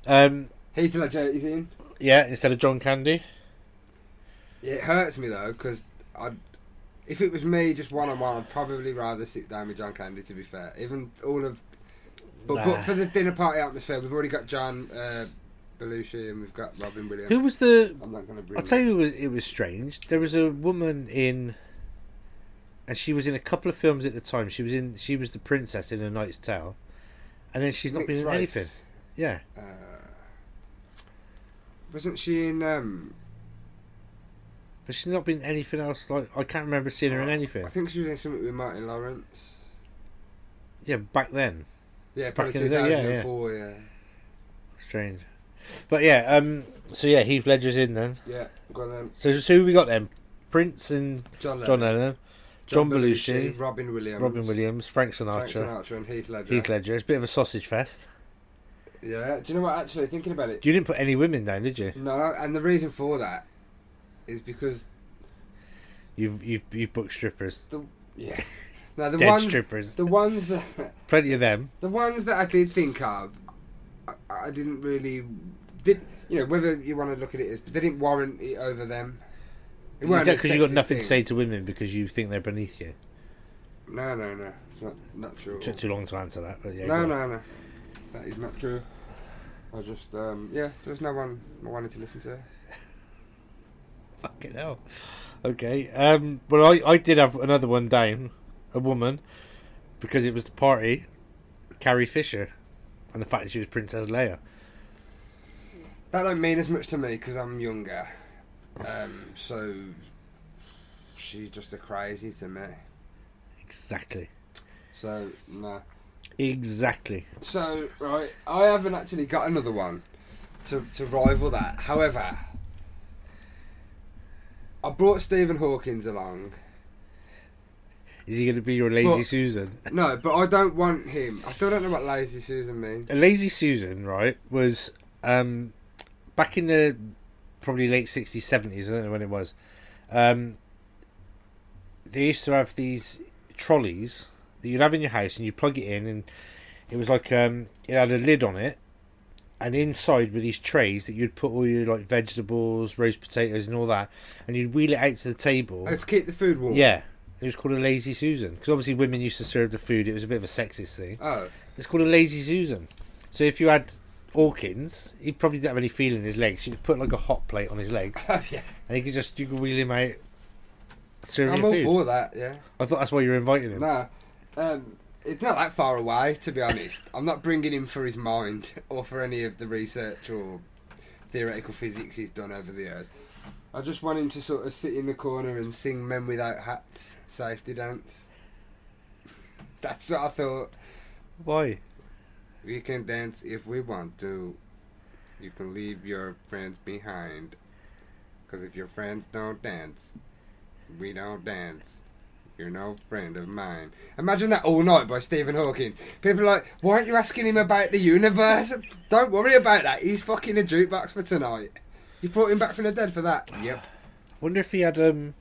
Um,
Heath Ledger is in.
yeah, instead of John Candy.
Yeah, it hurts me though because I, if it was me just one on one, I'd probably rather sit down with John Candy. To be fair, even all of, but
Nah.
but for the dinner party atmosphere, we've already got John uh, Belushi and we've got Robin Williams.
Who was the?
I'm not going to bring.
I'll tell you, it was, it was strange. There was a woman in, and she was in a couple of films at the time. She was in. She was the princess in A Knight's Tale, and then she's not been in anything. Yeah.
Uh, wasn't she in? Um,
But she's not been anything else. Like I can't remember seeing her in anything.
I think she was in something with Martin Lawrence.
Yeah, back then,
Yeah,
Back
probably
in the day, yeah, yeah.
2004. Yeah, yeah.
strange. But yeah, um, so yeah, Heath Ledger's in then.
Got um,
So, so who we got then? Prince and
John. Lennon,
John Lennon, John, Belushi,
Robin Williams,
Robin Williams, Frank Sinatra,
Frank Sinatra, and Heath Ledger.
Heath Ledger. It's a bit of a sausage fest.
Yeah. Do you know what? Actually, thinking about it,
You didn't put any women down, did you?
no. And the reason for that is because
You've you've you've booked strippers,
the yeah. Now the
dead
ones,
strippers,
the ones that
plenty of them.
the ones that I did think of, I, I didn't really did you know whether you want to look at it as they didn't warrant it over them. It weren't a
because you got
sexist
nothing to
thing.
say to women because you think they're beneath you?
No, no, no. It's not not true. at all.
Took too long to answer that, but yeah. go
No,
on.
no, no. That is not true. I just um yeah. There was no one I wanted to listen to.
Fucking hell. Okay. Um, well, I, I did have another one down, a woman, because it was the party, Carrie Fisher, and the fact that she was Princess Leia.
That don't mean as much to me because I'm younger. Um, so she's just a crazy to me.
Exactly.
So no.
Exactly.
So right, I haven't actually got another one to to rival that. However, I brought Stephen Hawkins along.
Is he going to be your lazy
But-
Susan?
No, but I don't want him. I still don't know what lazy Susan means.
A lazy Susan, right, was um, back in the probably late 60s, 70s, I don't know when it was. Um, they used to have these trolleys that you'd have in your house and you plug it in, and it was like um, it had a lid on it, and inside were these trays that you'd put all your like vegetables, roast potatoes, and all that, and you'd wheel it out to the table.
Oh, to keep the food warm.
Yeah. It was called a lazy Susan because obviously women used to serve the food. It was a bit of a sexist thing.
Oh,
It's called a lazy Susan. So if you had Hawkins, he probably didn't have any feel in his legs. You could put like a hot plate on his legs,
oh yeah.
and he could just you could wheel him out. Serving
I'm
your
all
food.
for that. Yeah.
I thought that's why you were inviting him.
No, um, it's not that far away, to be honest. I'm not bringing him for his mind or for any of the research or theoretical physics he's done over the years. I just want him to sort of sit in the corner and sing Men Without Hats safety dance. That's what I thought.
Why?
We can dance if we want to. You can leave your friends behind. Because if your friends don't dance, we don't dance. You're no friend of mine. Imagine that all night by Stephen Hawking. People are like, why aren't you asking him about the universe? Don't worry about that. He's fucking a jukebox for tonight. You brought him back from the dead for that? Yep.
Wonder if he had um,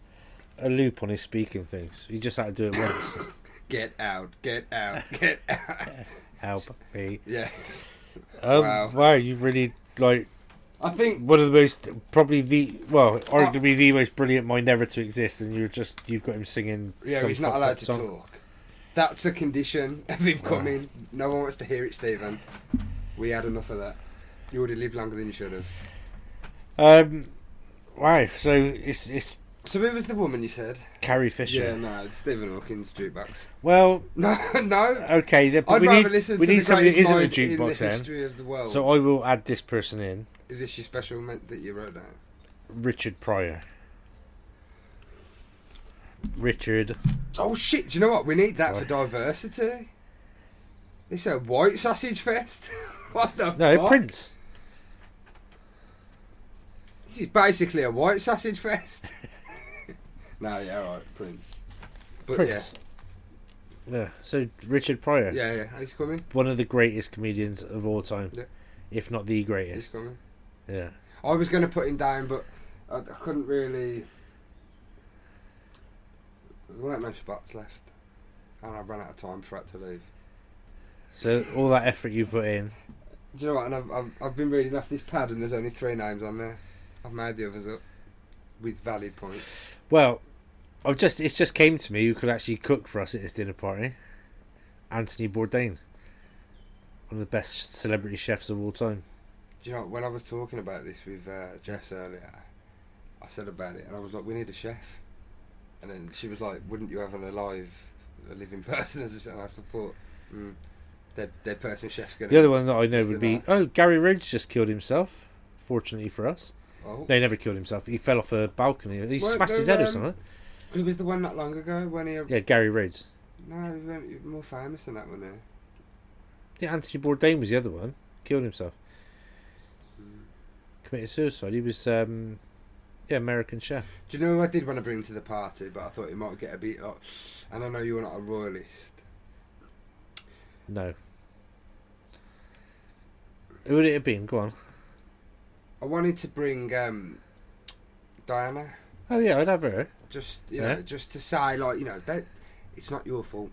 a loop on his speaking things. He just had to do it once.
Get out, get out, get out.
Help me.
yeah.
Um, wow.
Wow.
you've really like
I think
one of the most probably the well arguably the most brilliant mind ever to exist, and you're just you've got him singing.
Yeah,
some
he's not
fucked
allowed
up
to
song.
talk. That's a condition of him coming. No one wants to hear it, Stephen. We had enough of that. You already lived longer than you should have.
Um, wow. So it's it's
So who was the woman you said?
Carrie Fisher.
Yeah, no, it's Stephen Hawking's jukebox.
Well,
No, no.
okay. then- but
I'd
we
rather
need,
listen
we
to
need
the
somebody
greatest
that isn't a
mind in the
jukebox then.
history of the world.
So I will add this person in,
Is this your special meant that you wrote down?
Richard Pryor. Richard
Oh shit! Do you know what? We need that
Why?
for diversity. It's a white sausage fest. What's the
No,
fuck?
Prince.
This is basically a white sausage fest. no, yeah, all right, Prince. But
Prince. Yeah. So Richard Pryor,
yeah, yeah, yeah, he's coming.
one of the greatest comedians of all time,
Yeah.
if not the
He's
greatest.
coming.
Yeah.
I was going to put him down, but I, I couldn't really. There weren't no spots left, and I ran out of time for it to leave.
So all that effort you put in,
Do you know what? And I've, I've, I've been reading off this pad, and there's only three names on there. I've made the others up with valid points.
well, I've just it's just came to me who could actually cook for us at this dinner party. Anthony Bourdain, one of the best celebrity chefs of all time.
Do you know what? when I was talking about this with uh, Jess earlier, I said about it, and I was like, "We need a chef," and then she was like, "Wouldn't you have an alive, a living person as a chef?" And I still thought, mm, "Dead, dead person chef's gonna."
The other one that I know
Is
would
it
be
that?
oh Gary Rhodes just killed himself. Fortunately for us,
Oh,
no, he never killed himself. He fell off a balcony. He
Weren't
smashed his
there,
head or
um,
something.
who was the one not long ago when he?
Yeah, Gary Rhodes.
No, he went, he was more famous than that one. There.
Yeah, Anthony Bourdain was the other one. Killed himself.
Mm.
Committed suicide. He was, um, yeah, American chef.
Do you know who I did want to bring to the party, but I thought it might get a bit. Like, and I know you're not a royalist.
No. Who would it have been? Go on.
I wanted to bring um, Diana.
Oh yeah, I'd have her.
just you know,
Yeah.
just to say like you know, don't, it's not your fault.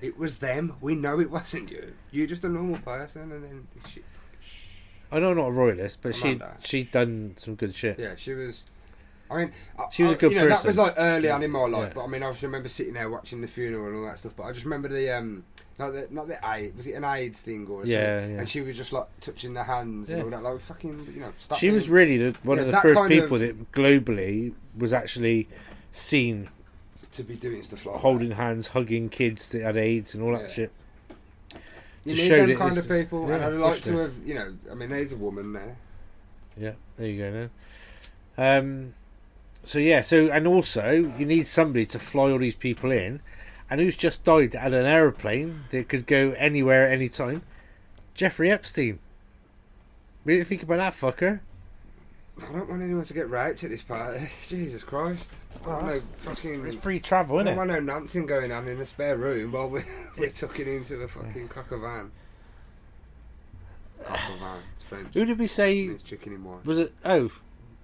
It was them. We know it wasn't you. You're just a normal person, and then this shit.
I know I'm not a royalist, but she
Amanda.
she done some good shit.
Yeah, she was. I mean, I-
She was
I-
a good
you know, That was
person.
like early on in my life,
Yeah.
but I mean, I obviously remember sitting there watching the funeral and all that stuff. But I just remember the um, not the not the AIDS was it an AIDS thing or something?
Yeah, yeah.
And she was just like touching the hands
Yeah.
and all that, like fucking, you know, stop
She was
being-
really the, one
Yeah,
of the
that
first
kind
people
of-
that globally was actually seen
to be doing stuff like that.
holding hands, hugging kids that had AIDS and all that
Yeah.
shit.
You
to
need
show
them
that
kind
it's-
of people, and
yeah,
I'd like to
definitely.
have, you know, I mean, there's a woman there.
Yeah, there you go now. Um, so yeah, so and also you need somebody to fly all these people in, and who's just died at an aeroplane that could go anywhere at any time? Jeffrey Epstein. We didn't think about that fucker.
I don't want anyone to get raped at this party. Jesus Christ. I don't know, fucking.
It's free travel,
I
isn't
don't
it?
want no dancing going on in a spare room while we're, we're tucking into a fucking cocker van. Cocker van. It's French.
Who did we say
It's chicken in wine.
was it? Oh,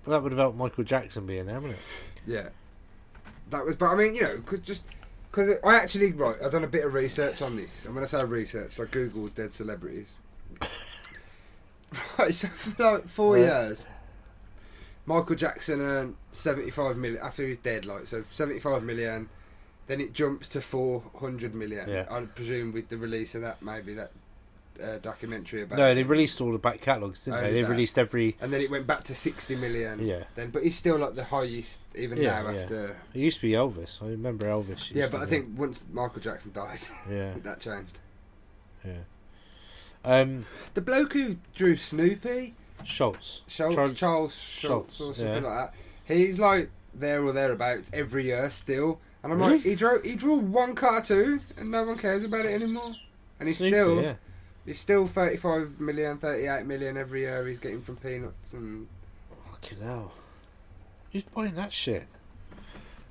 well, that would have helped Michael Jackson being there, wouldn't it?
Yeah. That was, but I mean, you know, cause just. Because I actually, right, I've done a bit of research on this. And when I say research, I googled dead celebrities. right, so for like four
Right.
years, Michael Jackson earned 75 million after he's dead, like, so 75 million. Then it jumps to 400 million.
Yeah.
I presume with the release of that, maybe that uh, documentary about
No,
him.
they released all the back catalogues, didn't
Only
they? They
that. Um,
released every.
And then it went back to 60 million.
Yeah,
Then, but he's still like the highest, even
Yeah,
now,
yeah.
after.
it used to be Elvis. I remember Elvis. used
Yeah,
to
but I
be-
think once Michael Jackson died,
Yeah,
that changed.
yeah. Um,
The bloke who drew Snoopy,
Schultz.
Schultz,
Charles-
Charles, Schultz,
Schultz,
or something
yeah.
like that, he's like there or thereabouts every year still. And I'm like,
Really?
he drew he drew one cartoon, and no one cares about it anymore. And he's
Snoopy,
still
yeah.
he's still 35 million, 38 million every year he's getting from peanuts and.
Fucking hell. Who's buying that shit?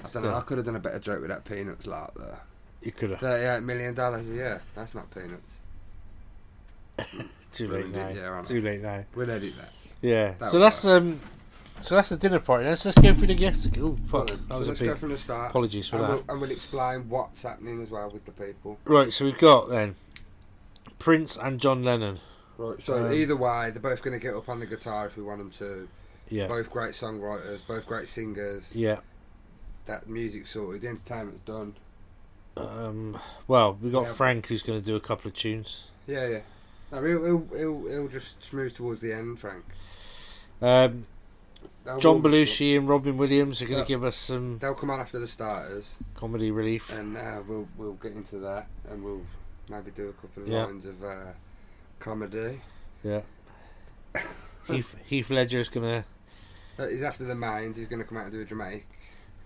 I
So-
don't know. I could have done a better joke with that peanuts lot there.
You could have.
Thirty-eight million dollars a year. That's not peanuts.
Too late
ruined it,
now.
yeah, I know.
Too late now.
We'll edit that.
Yeah.
That
so
was
that's um So that's the dinner party. Let's let's go through the guests. Oh, fuck.
Right,
That
so
was a
let's go
big.
from the start.
Apologies for
and
that.
We'll, and we'll explain what's happening as well with the people.
Right, so we've got then Prince and John Lennon.
Right. So
Um,
either way, they're both going to get up on the guitar if we want them to.
Yeah.
Both great songwriters, both great singers.
Yeah.
That music sorted, the entertainment's done.
Um, well, we got
Yeah.
Frank who's going to do a couple of tunes.
Yeah, yeah. No, he'll, he'll, he'll, he'll just smooth towards the end, Frank.
Um,
They'll
John
warm us up.
Belushi and Robin Williams are going to
Yeah.
give us some
They'll come on after the starters,
comedy relief.
and uh, we'll we'll get into that, and we'll maybe do a couple of
Yeah.
lines of uh, comedy.
Yeah. Heath, Heath Ledger is going to
Uh, he's after the mind. He's going to come out and do a dramatic,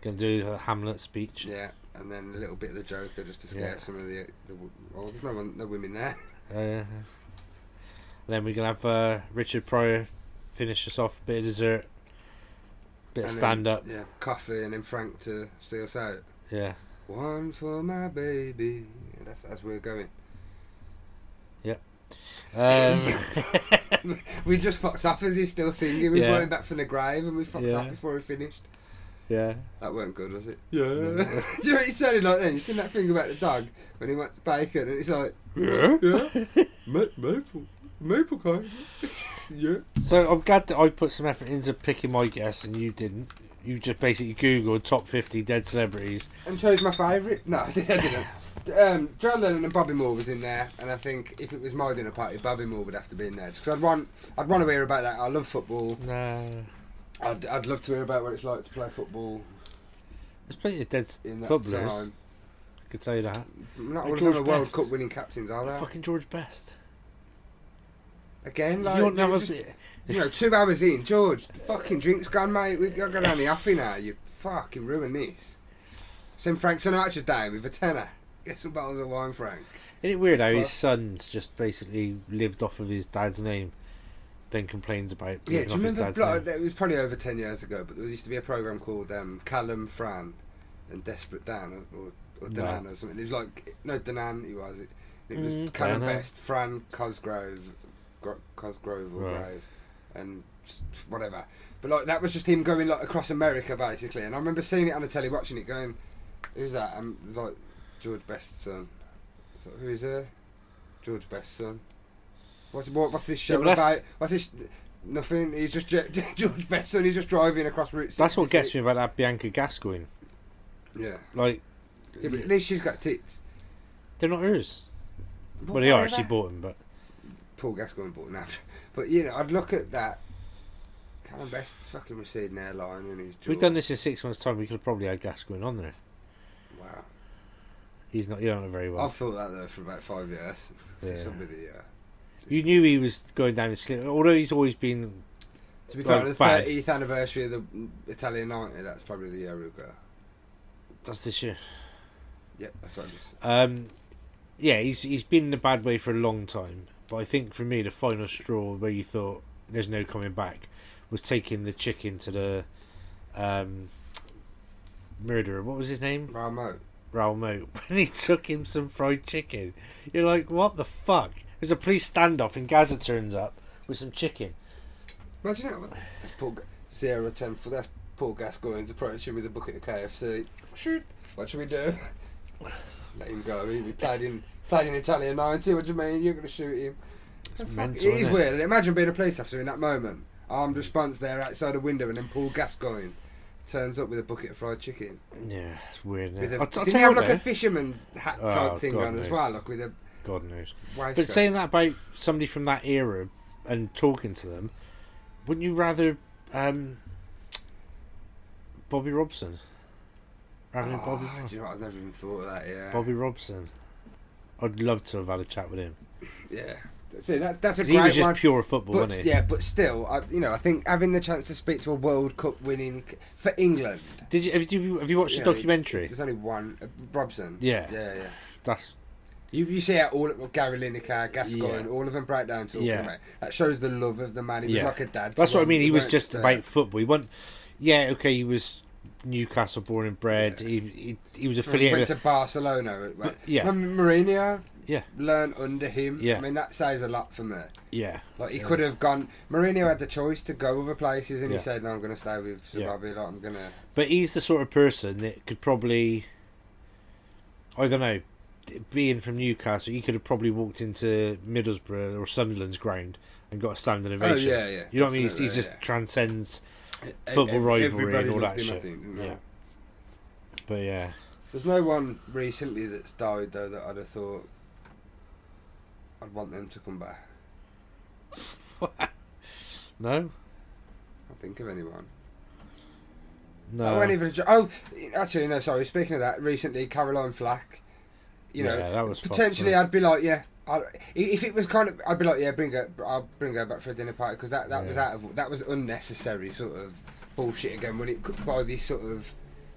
going to do a Hamlet speech.
yeah, and then a little bit of the Joker just to scare
Yeah.
some of the. the w- oh, there's no one, no women there.
Uh, and then we're going to have uh, Richard Pryor finish us off. Bit of dessert. Bit of
And then,
stand up.
Yeah, coffee, and then Frank to see us out.
Yeah.
One for my baby. Yeah, that's as we're going.
Um,
We just fucked up as he's still singing. We
Yeah.
brought him back from the grave, and we fucked
Yeah.
up before he finished.
yeah.
That weren't good, was it?
Yeah.
Do you know what he sounded like then? You seen that thing about the dog when he went to bacon and he's like,
Yeah.
Ma- maple, maple kind. yeah.
So I'm glad that I put some effort into picking my guess and you didn't. You just basically googled top 50 dead celebrities.
And chose my favourite. No, I didn't. Um, John Lennon and Bobby Moore was in there, and I think if it was my dinner party, Bobby Moore would have to be in there because I'd want, I'd want to hear about that. I love football.
No.
I'd, I'd love to hear about what it's like to play football
There's plenty of dead
in that
footballers.
time.
I could tell you that.
Not
Like
all of
George
them are World
Best.
Cup winning captains, are they?
Fucking George Best.
Again, like
you want to
you
have
just-
a...
You know, two hours in, George, the fucking drink's gone, mate. We've got to go down the offie now. You fucking ruined this. Send Frank Sinatra down with a tenner. Get some bottles of wine, Frank.
Isn't it weird how his
Fuck.
son's just basically lived off of his dad's name, then complains about living off
Yeah, do you
his
remember?
dad's
Like,
name?
it was probably over 10 years ago, but there used to be a programme called um, Callum Fran and Desperate Dan or, or, or
No.
Danan or something. It was like, no, Danan, he was. It, it was
Mm,
Callum
Danan.
Best, Fran Cosgrove, Gro- Cosgrove or
Right.
Grove, and s- whatever. But like that was just him going like across America basically. And I remember seeing it on the telly, watching it, going, "Who's that?" I'm like George Best's son. So, who is there? George Best's son. What's what, what's this
Yeah,
show
but
about?
that's-
What's this? Nothing. He's just Je- George Best's son. He's just driving across Route.
That's what gets
66.
me about that Bianca Gascoigne.
Yeah.
Like,
yeah, but at least she's got tits.
they're not hers. well, they are. She
Whatever.
bought them, but
Paul Gascoigne bought an after. But you know, I'd look at that. Callum Best's fucking receding airline and he's.
if we'd done this in six months' time, we could have probably had Gascoigne on there.
Wow.
He's not. You don't know very well.
I've thought that though for about five years.
Yeah.
To somebody, yeah.
You knew he was going down the slip. Although he's always been
To be
Well,
fair, on the
bad.
thirtieth anniversary of the Italian ninety, that's probably the year we go.
that's this year.
Yep, that's what I just.
Um, yeah, he's he's been in a bad way for a long time. But I think for me, the final straw where you thought there's no coming back was taking the chicken to the um, murderer. What was his name?
Ramo.
Raoul Moat. When he took him some fried chicken, you're like, what the fuck? There's a police standoff, and Gaza turns up with some chicken.
Imagine that. one. That's Paul. Ga- Sierra ten for that's Paul Gascoigne's approaching with a bucket of KFC. Shoot. What should we do? Let him go. He was played in played in Italian ninety. What do you mean? You're going to shoot him? Fuck,
mental,
it is
innit?
weird. And imagine being a police officer in that moment. Armed response there outside a window, and then Paul Gascoigne turns up with a bucket of fried chicken.
Yeah, it's weird.
With
Isn't it?
a,
I'll t- I'll
did
tell
he
you
have
what,
like a
though,
fisherman's hat
Oh,
type thing
God
on as
knows.
well, like with a
God knows.
waistcoat?
But saying that about somebody from that era and talking to them, wouldn't you rather um, Bobby Robson? Rather than Bobby,
Oh, do you know what? I've never even thought of that. Yeah.
Bobby Robson. I'd love to have had a chat with him.
Yeah. See, that, that's a
'Cause
great
he was just
one.
pure football,
but
wasn't he?
yeah, but still, I, you know, I think having the chance to speak to a World Cup winning c- for England.
Did you have, you have you watched
you
the
know, it's-
documentary?
There's only one, uh, Robson.
Yeah.
Yeah, yeah.
That's
You, you see how all well, Gary Lineker, Gascoigne,
Yeah.
all of them break down talking
Yeah.
about. That shows the love of the man. He was
Yeah.
like a dad. to
that's what I
them.
mean. He was
weren't
just
uh,
about football. He wasn't. Yeah, okay. He was Newcastle born and bred. He, he he was
He
affiliated.
went
with
to Barcelona. Right?
yeah.
Remember Mourinho
Yeah.
learn under him.
Yeah.
I mean that says a lot for me.
Yeah.
Like he
Yeah.
could have gone. Mourinho had the choice to go other places, and
Yeah.
he said, "No, I'm going to stay with
Yeah.
Zimbabwe. Like, I'm going to."
But he's the sort of person that could probably, I don't know, d- being from Newcastle, he could have probably walked into Middlesbrough or Sunderland's ground and got a standing
Oh
ovation.
yeah, yeah.
You know what I mean? He's, he
definitely,
just
yeah.
transcends,
E-
football
ev-
rivalry
everybody
and all
loved
that
him, I
shit.
think, didn't they?
Yeah. but yeah,
There's no one recently that's died though that I'd have thought I'd want them to come back.
no,
I think of anyone. I
no,
won't even. adjo- Oh, actually, no. Sorry. Speaking of that, recently Caroline Flack. You know,
Yeah, that was fucked,
potentially,
wasn't
I'd be like, yeah. I, i- if it was kind of, I'd be like, yeah, bring her. I'll bring her back for a dinner party because that, that was
Yeah.
out of that was unnecessary sort of bullshit again. When it could- by these sort of,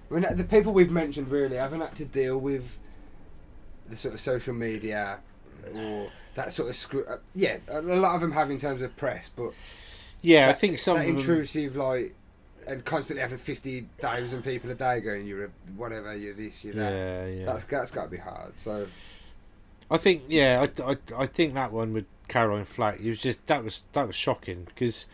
when the people we've mentioned really haven't had to deal with the sort of social media or that sort of screw. Uh, yeah, a a lot of them have in terms of press, but
yeah. I
that-
think some
that
of them,
intrusive like and constantly having fifty thousand people a day going you're a whatever you're this you're that.
yeah, yeah.
That's that's got to be hard. So
I think yeah, I, I, I think that one with Caroline Flack, it was just that was that was shocking because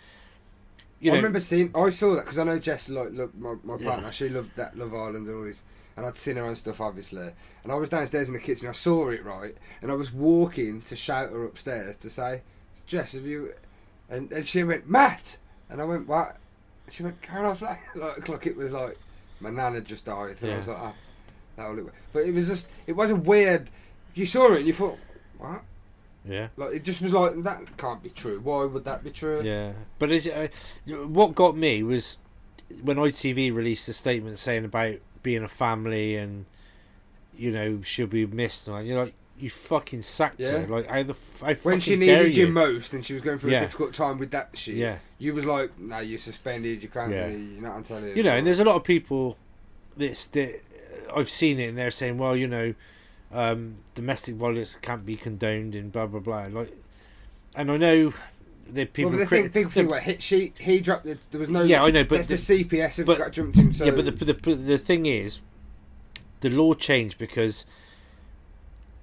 you
I
know
remember seeing I saw that because I know Jess like look my, my
Yeah.
partner she loved that Love Island and all this and I'd seen her on stuff obviously and I was downstairs in the kitchen I saw it right and I was walking to shout her upstairs to say Jess have you and and she went Matt and I went what And she went Caroline Flack like like it was like my nan had just died and I was
Yeah.
like ah, that'll look but it was just it was a weird you saw it and you thought what
yeah.
like it just was like that can't be true why would that be true
Yeah, but is, uh, what got me was when ITV released a statement saying about being a family and you know she'll be missed. And like, you're like, you fucking sacked her.
Yeah.
Like how the f- how
when
fucking
she
dare
needed
you?
you most and she was going through
Yeah.
a difficult time with that shit,
yeah,
you was like, no, you're suspended, you can't,
Yeah.
really- you're not on telly.
you know, and there's a lot of people that's that uh, I've seen it and they're saying, well, you know, um, domestic violence can't be condoned and blah blah blah. Like, and I know that people
well, but the
crit-
thing, big thing, where he, she, he dropped, the, there was no.
Yeah, I know, but
that's
the-
the, CPS have
but-
got jumped in. So
yeah, but the, but the but the thing is, the law changed because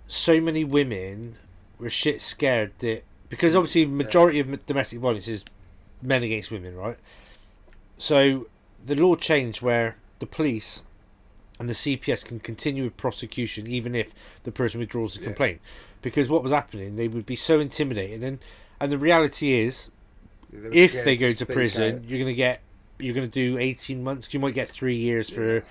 so many women were shit scared that because obviously majority of domestic violence is men against women, right? So the law changed where the police and the CPS can continue with prosecution even if the person withdraws the
Yeah.
complaint, because what was happening, they would be so intimidated, and and the reality is
they were
if
scared
they go to
speak
prison,
out.
you're gonna get you're gonna do eighteen months. You might get three years
Yeah.
for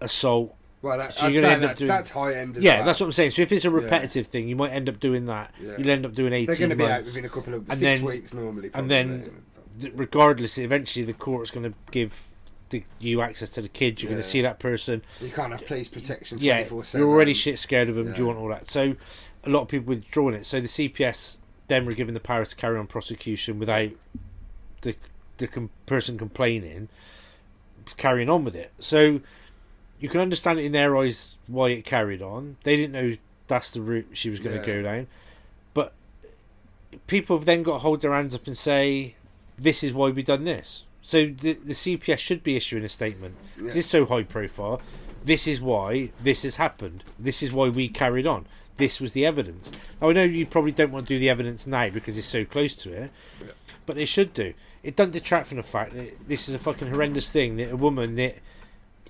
assault.
well, that,
so
I'd
you're gonna
say
end up
that's,
doing-
that's high end.
yeah, that's what I'm saying. So if it's a repetitive thing, you might end up doing that.
Yeah.
You'll end up doing
they're going to
eighteen
be out
months.
within a couple of
And
six
then-
weeks normally.
and
Probably.
then- Th- Regardless, eventually the court's gonna give the, you access to the kids. You're gonna
Yeah.
see that person.
you can't have police protection.
Yeah,
24/7.
you're already shit scared of them. Do you
Yeah.
want all that? So a lot of people withdrawing it. So the CPS then were given the power to carry on prosecution without the the com- person complaining carrying on with it. So you can understand it in their eyes why it carried on. They didn't know that's the route she was going to
Yeah.
go down. But people have then got to hold their hands up and say, "This is why we done this." So the the CPS should be issuing a statement. 'Cause
Yeah.
It's so high profile. This is why this has happened. This is why we carried on. This was the evidence. Now I know you probably don't want to do the evidence now because it's so close to it, but they should do. It doesn't detract from the fact that this is a fucking horrendous thing that a woman that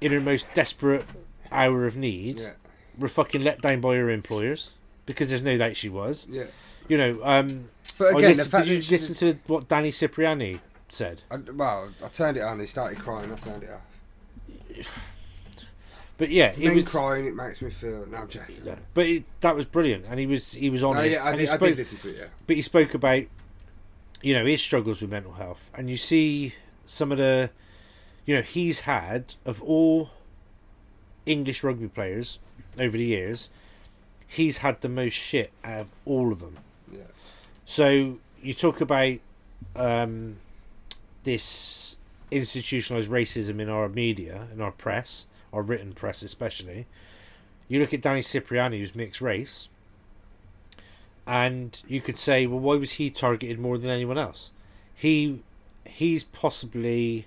in her most desperate hour of need
Yeah,
were fucking let down by her employers because there's no doubt she was.
yeah.
You know, um,
But
I
again, the
listened,
fact
did you
that she
listen to what Danny Cipriani said?
I, well, I turned it on. He started crying. I turned it off.
But yeah, it
Men
was.
crying. It makes me feel. No, I'm joking.
Yeah, but it, that was brilliant, and he was he was
No,
honest,
Oh, yeah, I
and
did,
he
I
spoke,
did listen to it. Yeah.
but he spoke about you know his struggles with mental health, and you see some of the you know he's had of all English rugby players over the years, he's had the most shit out of all of them.
Yeah.
So you talk about um, this institutionalized racism in our media, in our press, our written press especially. You look at Danny Cipriani, who's mixed race, and you could say, well, why was he targeted more than anyone else? He he's possibly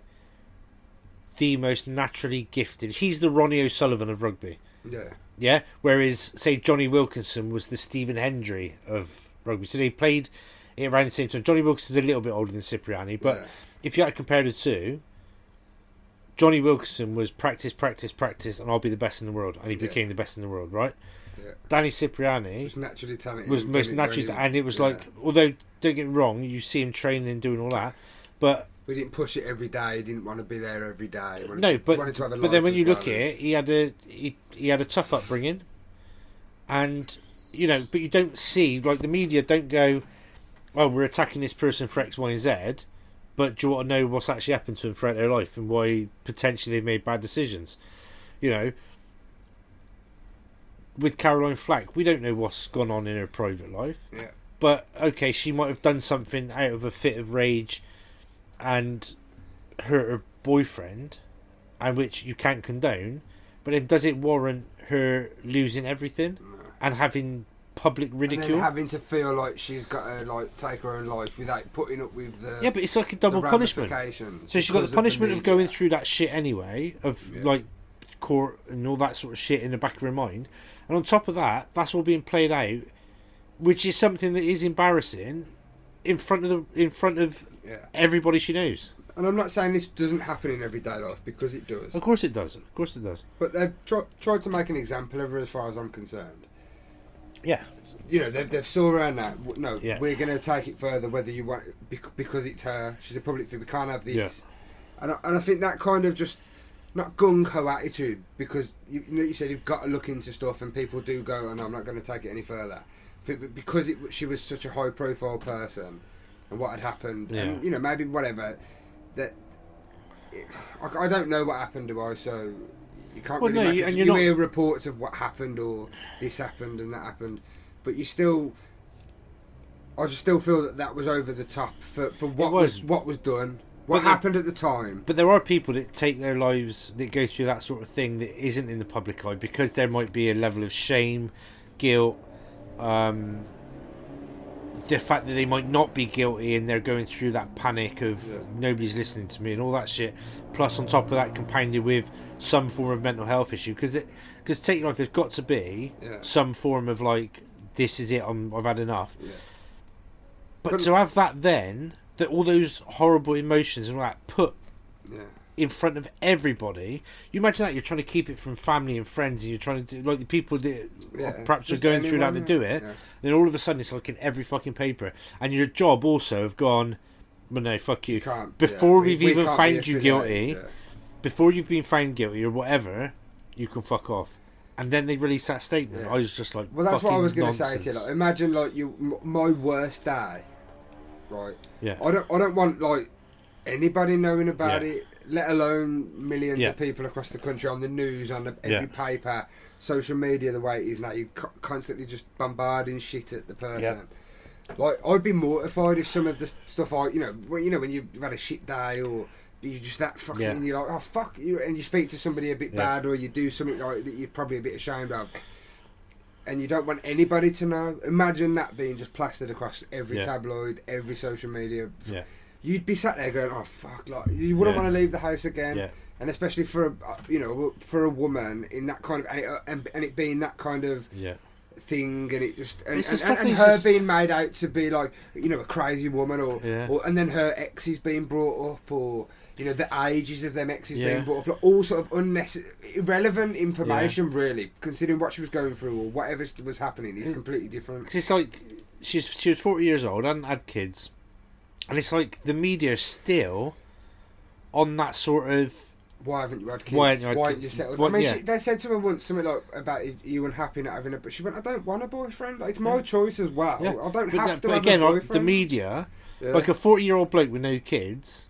the most naturally gifted. He's the Ronnie O'Sullivan of rugby
Yeah.
Yeah. Whereas, say, Johnny Wilkinson was the Stephen Hendry of rugby. So they played it around the same time. Johnny Wilkinson's a little bit older than Cipriani, but
Yeah.
if you had to compare the two, Johnny Wilkinson was practice, practice, practice, and I'll be the best in the world. And he
Yeah.
became the best in the world, right?
Yeah.
Danny Cipriani
was naturally talented.
was
and
most
did it
natural,
really-
and it was
yeah.
like, although, don't get me wrong, you see him training and doing all that, but
we didn't push it every day. Didn't want to be there every day. Wanted
No,
to-
but
wanted to have a
but then when
life as
you
well
look at
as-
it, he had a he, he had a tough upbringing, and you know, but you don't see like the media don't go, oh, we're attacking this person for X, Y, and Z, but do you want to know what's actually happened to them throughout their life and why potentially they've made bad decisions, you know. With Caroline Flack, we don't know what's gone on in her private life
yeah,
but okay, she might have done something out of a fit of rage and hurt her boyfriend, and which you can't condone. But then, does it warrant her losing everything
no.
and having public
and
ridicule?
then having to feel like she's got to like take her own life without putting up with the
yeah, but it's like a
the
double punishment.
ramifications
So she's got
because
the punishment of,
media.
going through that shit anyway, of
Yeah.
like court and all that sort of shit in the back of her mind. And on top of that, that's all being played out, which is something that is embarrassing in front of the in front of
Yeah,
everybody she knows.
and I'm not saying this doesn't happen in everyday life because it does.
Of course it does. Of course it does.
But they've tr- tried to make an example of her, as far as I'm concerned.
Yeah.
You know, they've, they've saw her and that. w- No,
Yeah.
we're going to take it further, whether you want, bec- because it's her. She's a public figure. We can't have this. And I, and I think that kind of just not gung ho attitude because you, you know you said you've got to look into stuff and people do go and I'm not going to take it any further I think that because it, she was such a high profile person and what had happened
Yeah.
and you know maybe whatever that I, I don't know what happened to her so you can't
Well,
really
no,
make
you-
it-
and
you
you're not-
hear reports of what happened or this happened and that happened but you still I just still feel that that was over the top for, for what was.
was.
what was done what
But the-
happened at the time
But there are people that take their lives that go through that sort of thing that isn't in the public eye because there might be a level of shame, guilt, um, the fact that they might not be guilty and they're going through that panic of
Yeah.
nobody's listening to me and all that shit. Plus, on top of that, compounded with some form of mental health issue because because take your life, there's got to be
Yeah.
some form of like this is it. I'm, I've had enough.
Yeah.
But,
But-
to have that then, that all those horrible emotions and all that put
Yeah.
in front of everybody, you imagine that you're trying to keep it from family and friends, and you're trying to do, like the people that
Yeah.
or perhaps are
Just
going through that to
anyone,
do it.
yeah.
Then all of a sudden it's like in every fucking paper, and your job also have gone. Well, no, fuck you.
You can't.
before
yeah,
we've
we
even
can't be
found you
affiliated,
guilty,
yeah.
before you've been found guilty or whatever, you can fuck off. And then they released that statement.
Yeah.
I was just like,
Well, that's what I
fucking
was going to say to you.
nonsense.
Like, imagine like you, m- my worst day, right?
yeah,
I don't, I don't want like anybody knowing about
Yeah.
it, let alone millions
Yeah.
of people across the country on the news, on the,
Yeah.
every paper, social media. The way it is now, you're co- constantly just bombarding shit at the person. Like I'd be mortified if some of the s- stuff I, you know, when, you know when you've had a shit day or you're just that fucking,
Yeah.
you're like, oh fuck, you, and you speak to somebody a bit
Yeah.
bad or you do something like that you're probably a bit ashamed of, and you don't want anybody to know. Imagine that being just plastered across every
Yeah.
tabloid, every social media.
yeah,
You'd be sat there going, oh fuck, like you wouldn't
Yeah.
want to leave the house again.
Yeah.
And especially for a, uh, you know, for a woman in that kind of, and it, uh, and, and it being that kind of
yeah.
thing and it just and,
It's
and,
just
and,
something
and her
just-
being made out to be like you know a crazy woman or,
Yeah.
or and then her exes being brought up or you know the ages of them exes
Yeah.
being brought up like all sort of unnecessary irrelevant information really considering what she was going through or whatever was happening is completely different
Because it's like she's she was forty years old, hadn't had kids, and it's like the media is still on that sort of
why haven't you had kids
Why
why,
haven't you had
aren't
kids?
you settled
Why-
I mean
yeah.
she, they said to her once something like about "Are you unhappy not having a but she went I don't want a boyfriend like, it's my choice as well
yeah.
I don't
but
have
then-
to
but
have
again,
a
like,
boyfriend
the media,
Yeah.
like a forty-year-old bloke with no kids,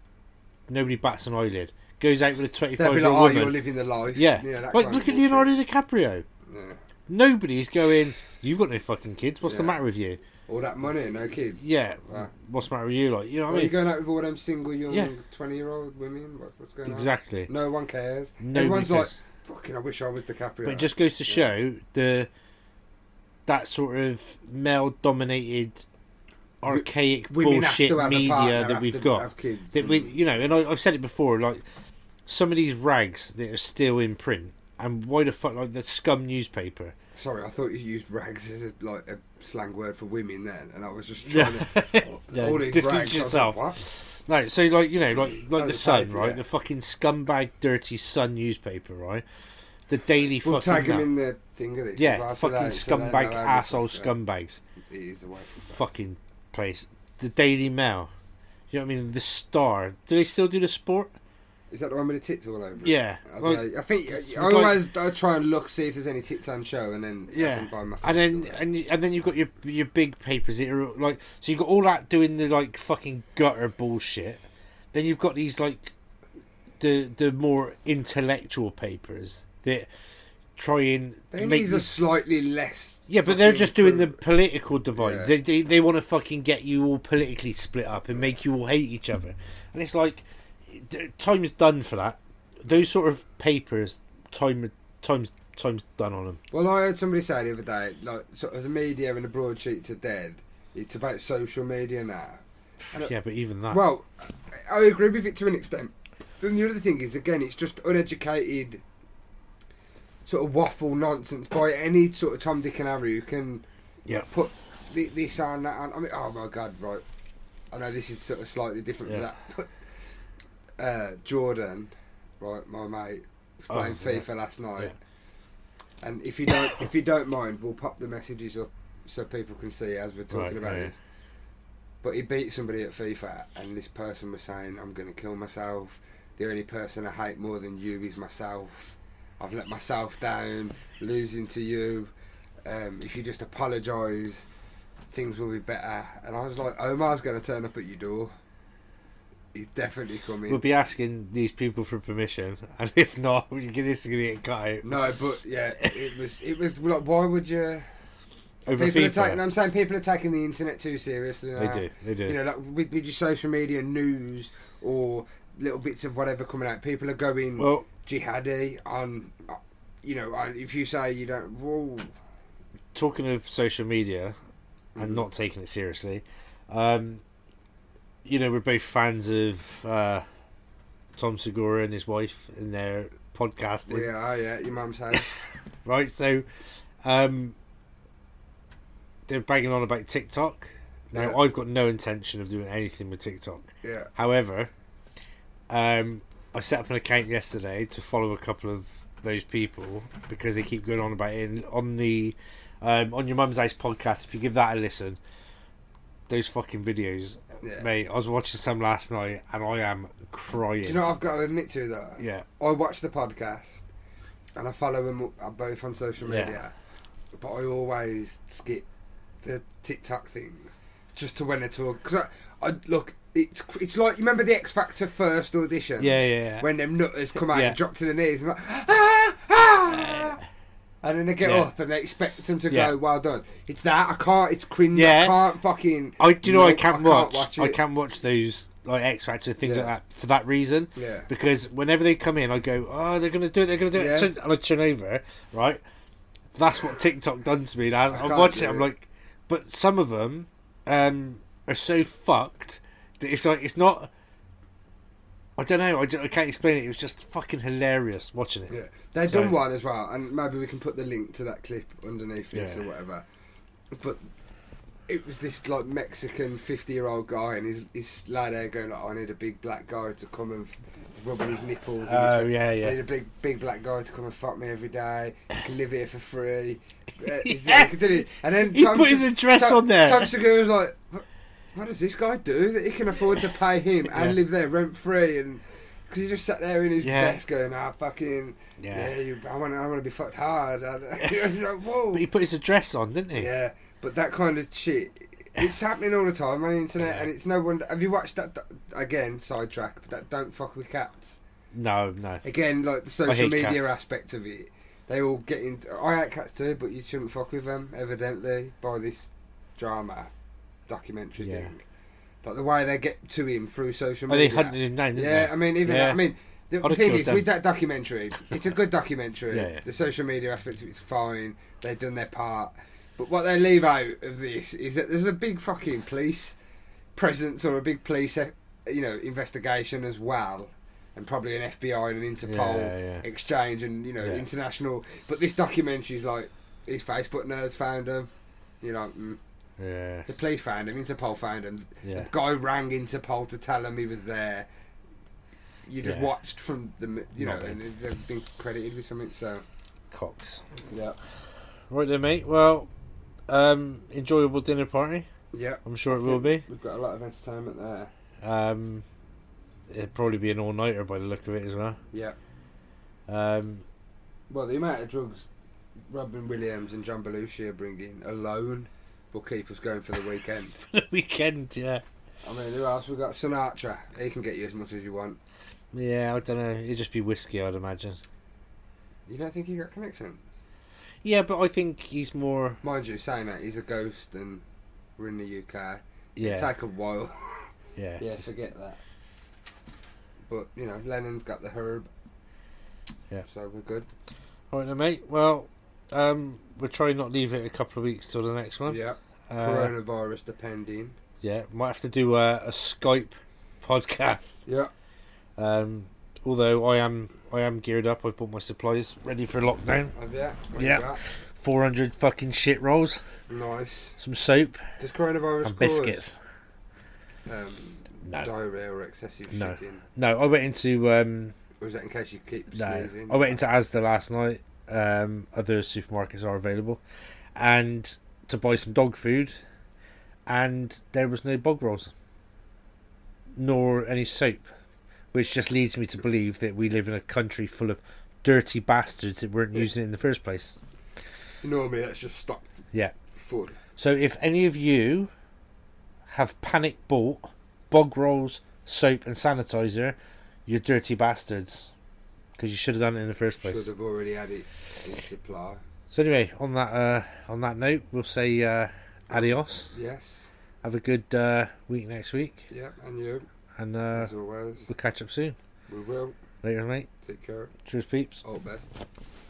nobody bats an eyelid. Goes out with a
they'd be like
twenty-five-year-old
oh you're
woman.
living the life
yeah,
you know, that
like
kind
look
of
at Leonardo DiCaprio.
bullshit. Yeah.
Nobody's going. You've got no fucking kids. What's the
Yeah.
matter with you?
All that money, no kids.
Yeah.
Right.
What's the matter with you? Like you know what
Are
I
you
mean?
going out with all them single
Yeah.
young twenty-year-old women? What, what's going
Exactly.
on? No one cares.
Nobody
Everyone's
cares.
like, "Fucking, I wish I was DiCaprio."
But it just goes to
Yeah.
show the that sort of male-dominated, archaic bullshit media that
have
we've
to
got.
Have kids.
That we,
and-
you know, and I, I've said it before, like some of these rags that are still in print and why the fuck like the scum newspaper?
Sorry, I thought you used rags as a, like a slang word for women then, and I was just trying to
Yeah,
all these
distance
rags. I was
yourself.
Like, what?
No, so like you know, like like
Oh,
the
the
Sun,
paper,
right?
yeah.
The fucking scumbag, dirty Sun newspaper, right? The Daily
We'll
fucking
tag him
Mail.
in the thing of it.
yeah, fucking scumbag, asshole, scumbags,
It is a way.
fucking place. The Daily Mail. You know what I mean? The Star. Do they still do the sport?
Is that the one with the tits all over it?
Yeah,
I,
like-
don't know. I think
It's
I
like-
always I try and look see if there's any tits on show, and then
Yeah,
by my
and
fingers
then
or
and you- and then you've got your your big papers that are like so you've got all that doing the like fucking gutter bullshit. Then you've got these like the the more intellectual papers that try and
Then
make
these
you-
are slightly less.
yeah, but they're
fucking
just doing the
pro-
political divides.
Yeah.
They they, they want to fucking get you all politically split up and make you all hate each other. And it's like d- time's done for that. Those sort of papers, time time's time's done on them.
Well, I heard somebody say the other day, like sort of the media and the broadsheets are dead. It's about social media now.
Yeah, but even that.
Well, I agree with it to an extent. Then the other thing is, again, it's just uneducated, sort of waffle nonsense by any sort of Tom, Dick, and Harry who can
yeah.
put thi- this on that on. I mean, oh my god, right. I know this is sort of slightly different
Yeah.
from that, but uh, Jordan, right, my mate, was
Oh,
playing
yeah.
FIFA last night. And if you don't, if you don't mind, we'll pop the messages up so people can see as we're talking
Right,
about
yeah, yeah.
this. But he beat somebody at FIFA, and this person was saying, "I'm going to kill myself. The only person I hate more than you is myself. I've let myself down, losing to you. Um, if you just apologise, things will be better." And I was like, "Omar's going to turn up at your door. He's definitely coming."
We'll be asking these people for permission, and if not, we can, this is going to get cut out
no, but yeah, it was it was like, why would you?
over
People are taking.
FIFA.
I'm saying people are taking the internet too seriously.
They
now.
do, they do.
you know, like with, with your social media news or little bits of whatever coming out, people are going
well,
jihadi on. uh, You know, on, if you say you don't, whoa,
talking of social media
Mm.
and not taking it seriously, um, you know, we're both fans of uh, Tom Segura and his wife and their podcasting,
we are, yeah, your mum's house.
right? So, um, they're banging on about TikTok. Now,
Yeah.
I've got no intention of doing anything with TikTok.
yeah,
However, um, I set up an account yesterday to follow a couple of those people because they keep going on about it. And on the um, on your mum's house podcast, if you give that a listen, those fucking videos,
Yeah.
mate. I was watching some last night and I am crying.
Do you know what I've got to admit to though?
yeah,
I watch the podcast and I follow them uh, both on social
Yeah.
media, but I always skip the TikTok things just to when they talk. Because I, I look, it's cr- it's like you remember the X Factor first audition.
Yeah, yeah, yeah.
When them nutters come out
Yeah.
and drop to the knees and like, ah, ah, and then they get
Yeah.
up and they expect them to
Yeah.
go, well done. It's that I can't. It's cringe. I
Yeah.
can't fucking.
I do you know I
nope,
can't watch. I
it.
can't watch those like X Factor things
Yeah.
like that for that reason.
Yeah.
Because whenever they come in, I go, oh, they're gonna do it. They're gonna do
Yeah.
it. Turn- And I turn over, right? That's what TikTok done to me. Now I,
can't
watch
do
it. I'm
it.
like, but some of them um, are so fucked that it's like it's not. I don't know. I, ju- I can't explain it. It was just fucking hilarious watching it.
Yeah, they've
So-
done one as well, and maybe we can put the link to that clip underneath this
Yeah.
or whatever. But it was this like Mexican fifty-year-old guy and his his lad there going, like, "I need a big black guy to come and f- rub on his nipples." and
Oh,
his-
yeah, yeah.
I need a big big black guy to come and fuck me every day. You can live here for free. Uh, he's
Yeah.
like, did it? And then
He
Tom
put
Se-
his address
Tom-
on there.
Tom Segura was like. "What- What does this guy do that he can afford to pay him
Yeah.
and live there rent free? And because he just sat there in his
Yeah.
desk going, "Ah, fucking,
Yeah.
yeah, you, I want, I want to be fucked hard. I, it's like, whoa,
But he put his address on, didn't he?
yeah. But that kind of shit, it's happening all the time on the internet,
Yeah.
and it's no wonder. Have you watched that do- again? Sidetrack, but that don't fuck with cats.
No, no.
Again, like the
hate
social media
cats.
aspect of it, they all get into. I hate cats too, but you shouldn't fuck with them. Evidently, by this drama documentary
Yeah.
thing, like the way they get to him through social
Are Oh, they
media.
hunting him down? didn't
Yeah,
they?
I mean, even that, I mean, the
I'd have
thing
killed
is
them.
with that documentary, it's a good documentary.
Yeah, yeah.
The social media aspect of it's fine. They've done their part, but what they leave out of this is that there's a big fucking police presence or a big police, eh, you know, investigation as well and probably an FBI and an Interpol
Yeah, yeah.
exchange and you know
Yeah.
international. But this documentary's like his Facebook nerds found him. You know, mm,
Yeah.
the police found him, Interpol found him.
Yeah.
The guy rang Interpol to tell him he was there. You just
Yeah.
watched from the, m- you know, and
Knobheads.
they've been credited with something. So
Cox.
yeah,
Right then, mate. Well, um, enjoyable dinner party.
yeah,
I'm sure it will be.
we've got a lot of entertainment there.
Um, it'll probably be an all nighter by the look of it as well.
Yeah.
Um,
Well, the amount of drugs Robin Williams and John Belushi are bringing alone will keep us going for the weekend.
for the weekend, yeah.
I mean, who else? We've got Sinatra. He can get you as much as you want.
Yeah, I don't know. It'd just be whiskey, I'd imagine.
You don't think he got connections?
Yeah, but I think he's more.
Mind you, saying that, he's a ghost and we're in the UK. It'll
Yeah,
take a while.
yeah,
Yeah, forget that. But, you know, Lennon's got the herb.
Yeah.
So we're good.
All right then, mate. Well, um, we'll try and not leave it a couple of weeks till the next one.
Yeah.
uh,
Coronavirus depending.
yeah. Might have to do a, a Skype podcast.
Yeah.
Um, although I am, I am geared up. I bought my supplies ready for lockdown.
Have ya? What you?
Yeah.
got?
400 fucking shit rolls,
Nice.
some soap,
Does coronavirus
and
cause
biscuits.
um,
No.
diarrhea or excessive
No.
shitting?
No, I went into um
Or is that in case you keep
no, Oh,
sneezing?
I went into Asda last night. Um, other supermarkets are available, and to buy some dog food, and there was no bog rolls, nor any soap, which just leads me to believe that we live in a country full of dirty bastards that weren't
Yeah.
using it in the first place.
Normally, that's just stocked
Yeah.
food.
So if any of you have panic bought bog rolls, soap, and sanitizer, you're dirty bastards because you should have done it in the first place.
Should have already had it in supply.
So anyway, on that uh, on that note, we'll say uh, adios.
Yes.
Have a good uh, week next week,
Yeah. And you,
and uh,
as always,
we'll catch up soon.
we will
Later, mate.
take care.
Cheers, peeps.
All best.